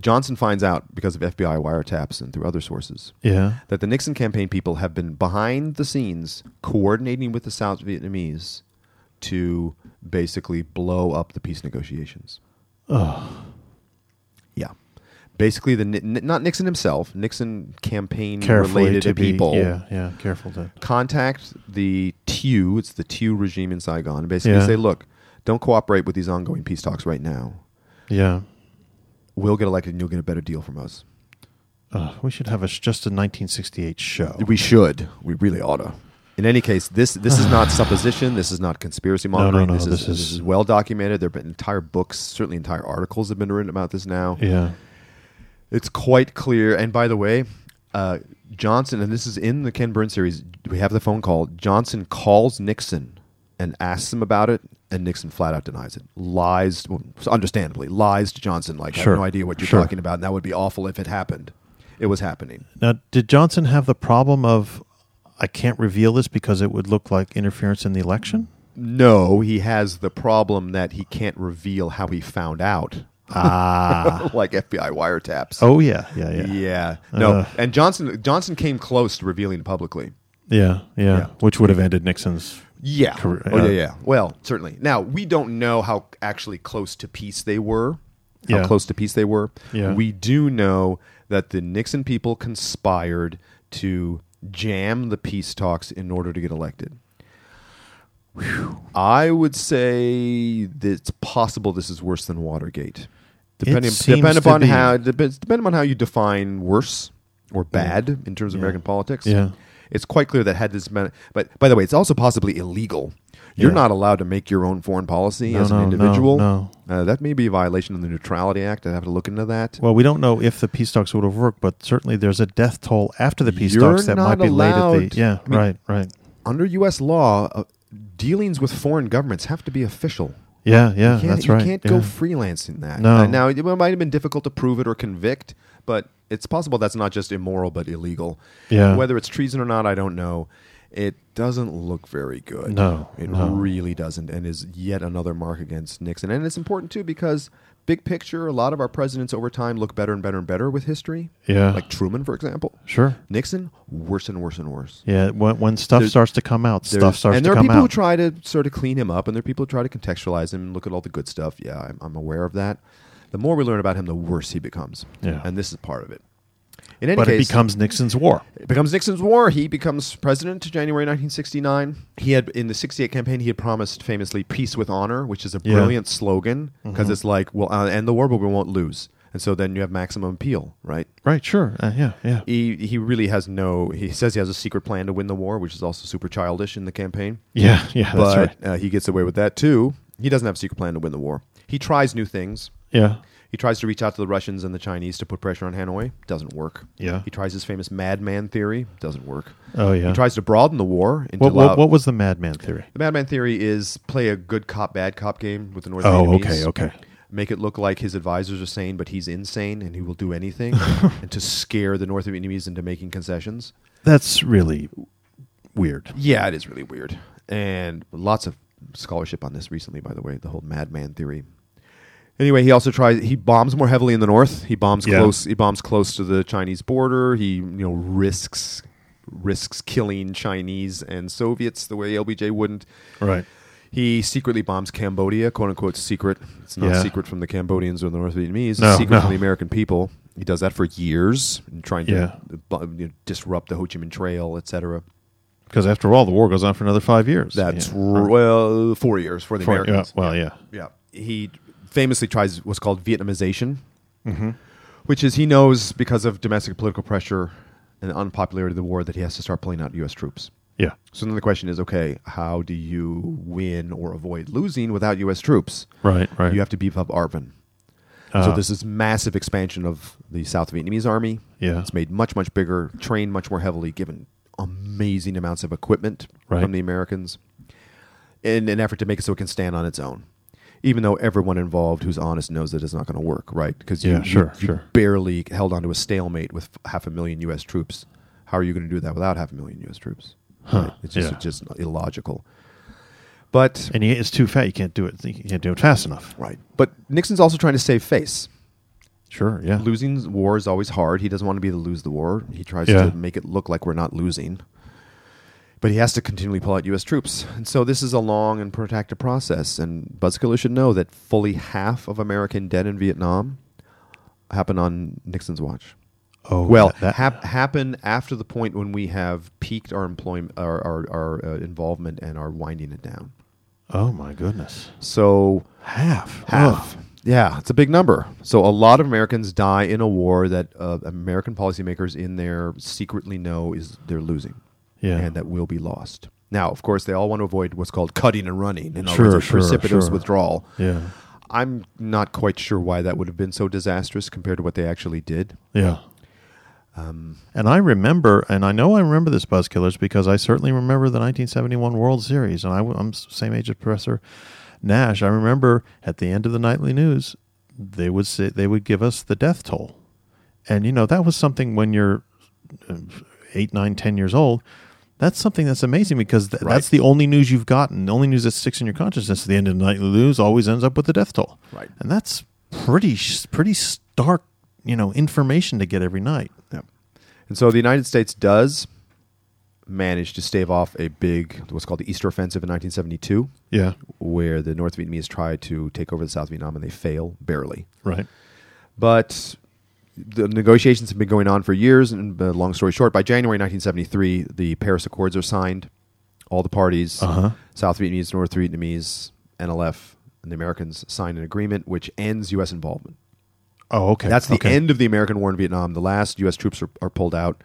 S2: Johnson finds out because of FBI wiretaps and through other sources
S1: yeah.
S2: that the Nixon campaign people have been behind the scenes coordinating with the South Vietnamese to basically blow up the peace negotiations. Yeah. basically the Ni- Ni- not Nixon himself, Nixon campaign
S1: Carefully
S2: related
S1: to be-
S2: people
S1: Yeah, yeah, careful to.
S2: contact the TU, it's the TU regime in Saigon, and basically
S1: Yeah.
S2: say, look, don't cooperate with these ongoing peace talks right now.
S1: Yeah,
S2: We'll get elected and you'll get a better deal from us.
S1: Ugh, we should have a sh- just a 1968 show.
S2: We should. We really ought to. In any case, this this is not supposition. This is not conspiracy
S1: no,
S2: mongering.
S1: no,
S2: this,
S1: this
S2: is,
S1: is-
S2: this is well documented. There have been entire books, certainly entire articles have been written about this now.
S1: yeah,
S2: It's quite clear. And by the way, uh, Johnson, and this is in the Ken Burns series, we have the phone call. Johnson calls Nixon and asks him about it, and Nixon flat out denies it. Lies, well, understandably, lies to Johnson, like, I
S1: Sure.
S2: have no idea what you're
S1: Sure.
S2: talking about, and that would be awful if it happened. It was happening.
S1: Now, did Johnson have the problem of I can't reveal this because it would look like interference in the election?
S2: No, he has the problem that he can't reveal how he found out,
S1: Ah.
S2: like FBI wiretaps.
S1: oh yeah, yeah, yeah,
S2: yeah.
S1: yeah,
S2: No,
S1: Uh.
S2: and Johnson Johnson came close to revealing publicly.
S1: yeah,
S2: Yeah.
S1: Which would have ended Nixon's.
S2: Yeah.
S1: Correct.
S2: Oh,
S1: Uh,
S2: yeah, yeah. Well, certainly. Now, we don't know how actually close to peace they were. How
S1: Yeah.
S2: close to peace they were.
S1: Yeah.
S2: We do know that the Nixon people conspired to jam the peace talks in order to get elected. Whew. I would say that it's possible this is worse than Watergate. Depending,
S1: seems
S2: depending
S1: to
S2: upon
S1: be.
S2: how Uh, depends depending on how you define worse or bad in terms of American politics
S1: Mm. Yeah.
S2: it's quite clear that had this been, but by the way, it's also possibly illegal. You're
S1: Yeah.
S2: not allowed to make your own foreign policy
S1: No,
S2: as an
S1: no, no,
S2: individual.
S1: no.
S2: Uh, that may be a violation of the Neutrality Act. I'd have to look into that.
S1: Well, we don't know if the peace talks would have worked, but certainly there's a death toll after the peace
S2: You're
S1: talks that
S2: not
S1: might be laid at
S2: allowed-
S1: the. Yeah,
S2: I mean-
S1: right, right.
S2: Under U.S. law, uh, dealings with foreign governments have to be official.
S1: Yeah, yeah,
S2: You can't,
S1: Uh, that's
S2: you
S1: right.
S2: can't
S1: yeah.
S2: go freelancing that.
S1: No.
S2: Uh, Now, it might have been difficult to prove it or convict, but it's possible that's not just immoral, but illegal.
S1: Yeah.
S2: Whether it's treason or not, I don't know. It doesn't look very good.
S1: No,
S2: It
S1: no.
S2: really doesn't, and is yet another mark against Nixon. And it's important, too, because big picture, a lot of our presidents over time look better and better and better with history.
S1: Yeah.
S2: Like Truman, for example.
S1: Sure.
S2: Nixon, worse and worse and worse.
S1: Yeah, when, when stuff
S2: There's-
S1: starts to come out, stuff
S2: There's-
S1: starts
S2: and
S1: to
S2: there are
S1: come
S2: people who
S1: out.
S2: try to sort of clean him up and there are people who try to contextualize him and look at all the good stuff yeah I'm, I'm aware of that the more we learn about him the worse he becomes
S1: Yeah.
S2: and this is part of it in any
S1: but it
S2: case
S1: becomes Nixon's war.
S2: it becomes nixon's war he becomes president january 1969 he had in the 68 campaign he had promised famously peace with honor which is a
S1: Yeah. Mm-hmm.
S2: brilliant slogan because it's like we'll uh, end the war but we won't lose and so then you have maximum appeal right
S1: Right, sure. Uh, yeah, yeah.
S2: he, he really has no he says he has a secret plan to win the war which is also super childish in the campaign
S1: Yeah, yeah, Oh, that's
S2: but
S1: right.
S2: uh, he gets away with that too. He doesn't have a secret plan to win the war. He tries new things.
S1: Yeah.
S2: He tries to reach out to the Russians and the Chinese to put pressure on Hanoi. Doesn't work.
S1: Yeah.
S2: He tries his famous madman theory. Doesn't work.
S1: Oh, yeah.
S2: He tries to broaden the war into
S1: What,
S2: loud-
S1: what, what was the madman theory?
S2: the madman theory is play a good cop bad cop game with the North.
S1: Oh,
S2: Vietnamese.
S1: okay, okay.
S2: Make it look like his advisors are sane, but he's insane and he will do anything, and to scare the North Vietnamese into making concessions.
S1: That's really weird.
S2: Yeah, it is really weird. And lots of scholarship on this recently, by the way, the whole madman theory. Anyway, he also tries he bombs more heavily in the north. He bombs
S1: Yeah.
S2: close he bombs close to the Chinese border. He, you know, risks risks killing Chinese and Soviets the way LBJ wouldn't.
S1: Right.
S2: He secretly bombs Cambodia, quote unquote secret. It's not
S1: Yeah.
S2: secret from the Cambodians or the North Vietnamese. It's
S1: No,
S2: secret
S1: no.
S2: from the American people. He does that for years, trying to
S1: Yeah.
S2: bu- you know, disrupt the Ho Chi Minh Trail, etc.
S1: Because after all, the war goes on for another five years.
S2: That's
S1: Yeah.
S2: r- well, four years for the
S1: For- yeah,
S2: Americans.
S1: well, yeah.
S2: Yeah. he famously tries what's called Vietnamization,
S1: Mm-hmm.
S2: which is he knows because of domestic political pressure and the unpopularity of the war that he has to start pulling out U.S. troops.
S1: Yeah.
S2: So then the question is, okay, how do you win or avoid losing without U.S. troops?
S1: Right, right.
S2: You have to beef up Arvin. so
S1: Uh,
S2: there's this massive expansion of the South Vietnamese army.
S1: Yeah.
S2: It's made much, much bigger, trained much more heavily, given amazing amounts of equipment
S1: Right.
S2: from the Americans in an effort to make it so it can stand on its own. Even though everyone involved who's honest knows that it's not going to work, right? Because you,
S1: Yeah,
S2: you-
S1: sure,
S2: you
S1: sure.
S2: barely held onto a stalemate with half a million U.S. troops. How are you going to do that without half a million U.S. troops? Right? It's just,
S1: yeah.
S2: just illogical. But
S1: And he, it's too fat. You can't do it. You can't do it fast enough.
S2: Right. But Nixon's also trying to save face.
S1: Sure, yeah.
S2: Losing war is always hard. He doesn't want to be the lose the war. He tries
S1: Yeah.
S2: to make it look like we're not losing. But he has to continually pull out U.S. troops. And so this is a long and protracted process. And Buzzkiller should know that fully half of American dead in Vietnam happened on Nixon's watch.
S1: Oh,
S2: Well,
S1: that, that-
S2: hap- happened after the point when we have peaked our employment, our our, our uh, involvement, and are winding it down.
S1: oh my goodness,
S2: So
S1: half,
S2: half.
S1: Ugh.
S2: Yeah, it's a big number. So a lot of Americans die in a war that uh, American policymakers in there secretly know is they're losing,
S1: Yeah.
S2: and that will be lost. Now, of course, they all want to avoid what's called cutting and running, and
S1: Sure,
S2: sure,
S1: sure,
S2: precipitous
S1: sure.
S2: withdrawal.
S1: Yeah,
S2: I'm not quite sure why that would have been so disastrous compared to what they actually did.
S1: yeah. Um, and I remember, and I know I remember this Buzzkillers because I certainly remember the 1971 World Series, and I, am same age as Professor Nash. I remember at the end of the nightly news, they would say they would give us the death toll, and you know that was something when you're uh, eight, nine, ten years old. That's something that's amazing because th-
S2: Right.
S1: that's the only news you've gotten. The only news that sticks in your consciousness at the end of the nightly news always ends up with the death toll.
S2: Right.
S1: and that's pretty s- pretty stark, you know, information to get every night.
S2: Yeah. And so the United States does manage to stave off a big, what's called the Easter Offensive in 1972,
S1: Yeah,
S2: where the North Vietnamese try to take over the South Vietnam and they fail barely.
S1: right.
S2: But the negotiations have been going on for years. And uh, long story short, by January 1973, the Paris Accords are signed. All the parties,
S1: Uh-huh.
S2: South Vietnamese, North Vietnamese, NLF, and the Americans sign an agreement which ends U.S. involvement.
S1: Oh, okay.
S2: That's the
S1: Okay.
S2: end of the American war in Vietnam. The last U.S. troops are, are pulled out.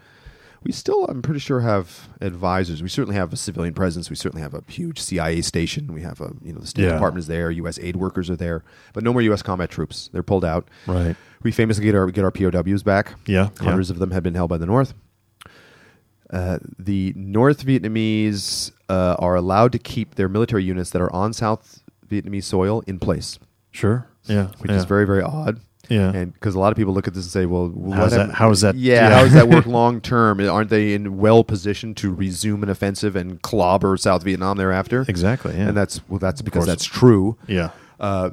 S2: We still, I'm pretty sure, have advisors. We certainly have a civilian presence. We certainly have a huge CIA station. We have a, you know, the State
S1: Yeah.
S2: Department is there. U.S. aid workers are there, but no more U.S. combat troops. They're pulled out.
S1: Right.
S2: We famously get our get our POWs back.
S1: Yeah, yeah.
S2: hundreds of them have been held by the North. Uh, the North Vietnamese uh, are allowed to keep their military units that are on South Vietnamese soil in place
S1: Sure. Yeah.
S2: which
S1: yeah.
S2: is very very odd.
S1: Yeah.
S2: and because a lot of people look at this and say, "Well, what
S1: How's that-
S2: hap-
S1: how is that-
S2: Yeah,
S1: yeah.
S2: how does that work long term? Aren't they in well positioned to resume an offensive and clobber South Vietnam thereafter?"
S1: Exactly, yeah.
S2: and that's well, that's because
S1: course.
S2: that's true.
S1: Yeah.
S2: Uh,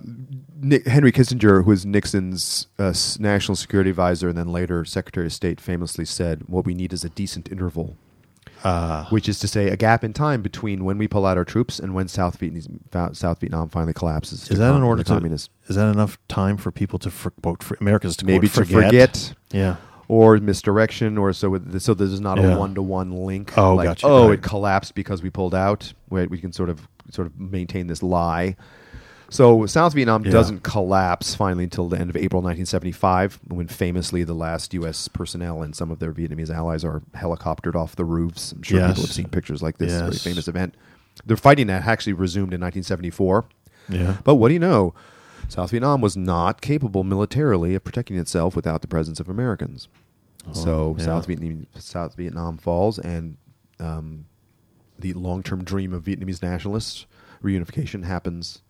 S2: Ni- Henry Kissinger, who was Nixon's uh, s- national security advisor and then later Secretary of State, famously said, "What we need is a decent interval."
S1: Ah.
S2: Which is to say, a gap in time between when we pull out our troops and when South Vietnam, South Vietnam finally collapses. to
S1: Is that
S2: com-
S1: in order
S2: the
S1: to?
S2: communists.
S1: Is that enough time for people to for, quote for Americans to
S2: maybe
S1: quote,
S2: to forget
S1: Yeah.
S2: or misdirection or so with- so there's not
S1: Yeah.
S2: a one-to-one link
S1: Oh,
S2: like,
S1: gotcha.
S2: oh
S1: Right.
S2: it collapsed because we pulled out Wait, we can sort of sort of maintain this lie so south vietnam
S1: Yeah.
S2: doesn't collapse finally until the end of april 1975 when famously the last u.s personnel and some of their vietnamese allies are helicoptered off the roofs i'm sure
S1: Yes.
S2: people have seen pictures like this very
S1: Yes.
S2: famous event the fighting that actually resumed in 1974
S1: Yeah.
S2: but what do you know? South Vietnam was not capable militarily of protecting itself without the presence of Americans. so
S1: yeah.
S2: South Vietnam, South Vietnam falls, and um, the long-term dream of Vietnamese nationalists reunification happens.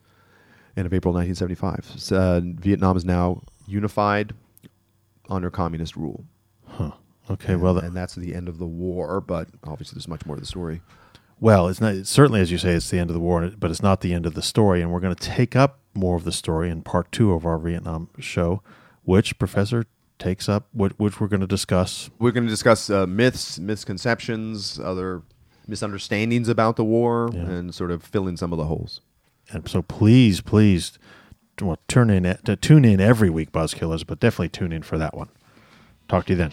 S2: End of April 1975. So, uh, Vietnam is now unified under communist rule.
S1: Okay. Well,
S2: and
S1: the,
S2: that's the end of the war. But obviously, there's much more to the story.
S1: well, it's not it's certainly as you say, it's the end of the war, and it- but it's not the end of the story. And we're going to take up more of the story in part two of our Vietnam show, which Professor takes up, which, which we're going to discuss.
S2: We're going to discuss uh, myths, misconceptions, other misunderstandings about the war,
S1: Yeah.
S2: and sort of fill in some of the holes.
S1: And so, please, please, t- well, turn in to tune in every week, Buzzkillers, but definitely tune in for that one. Talk to you then.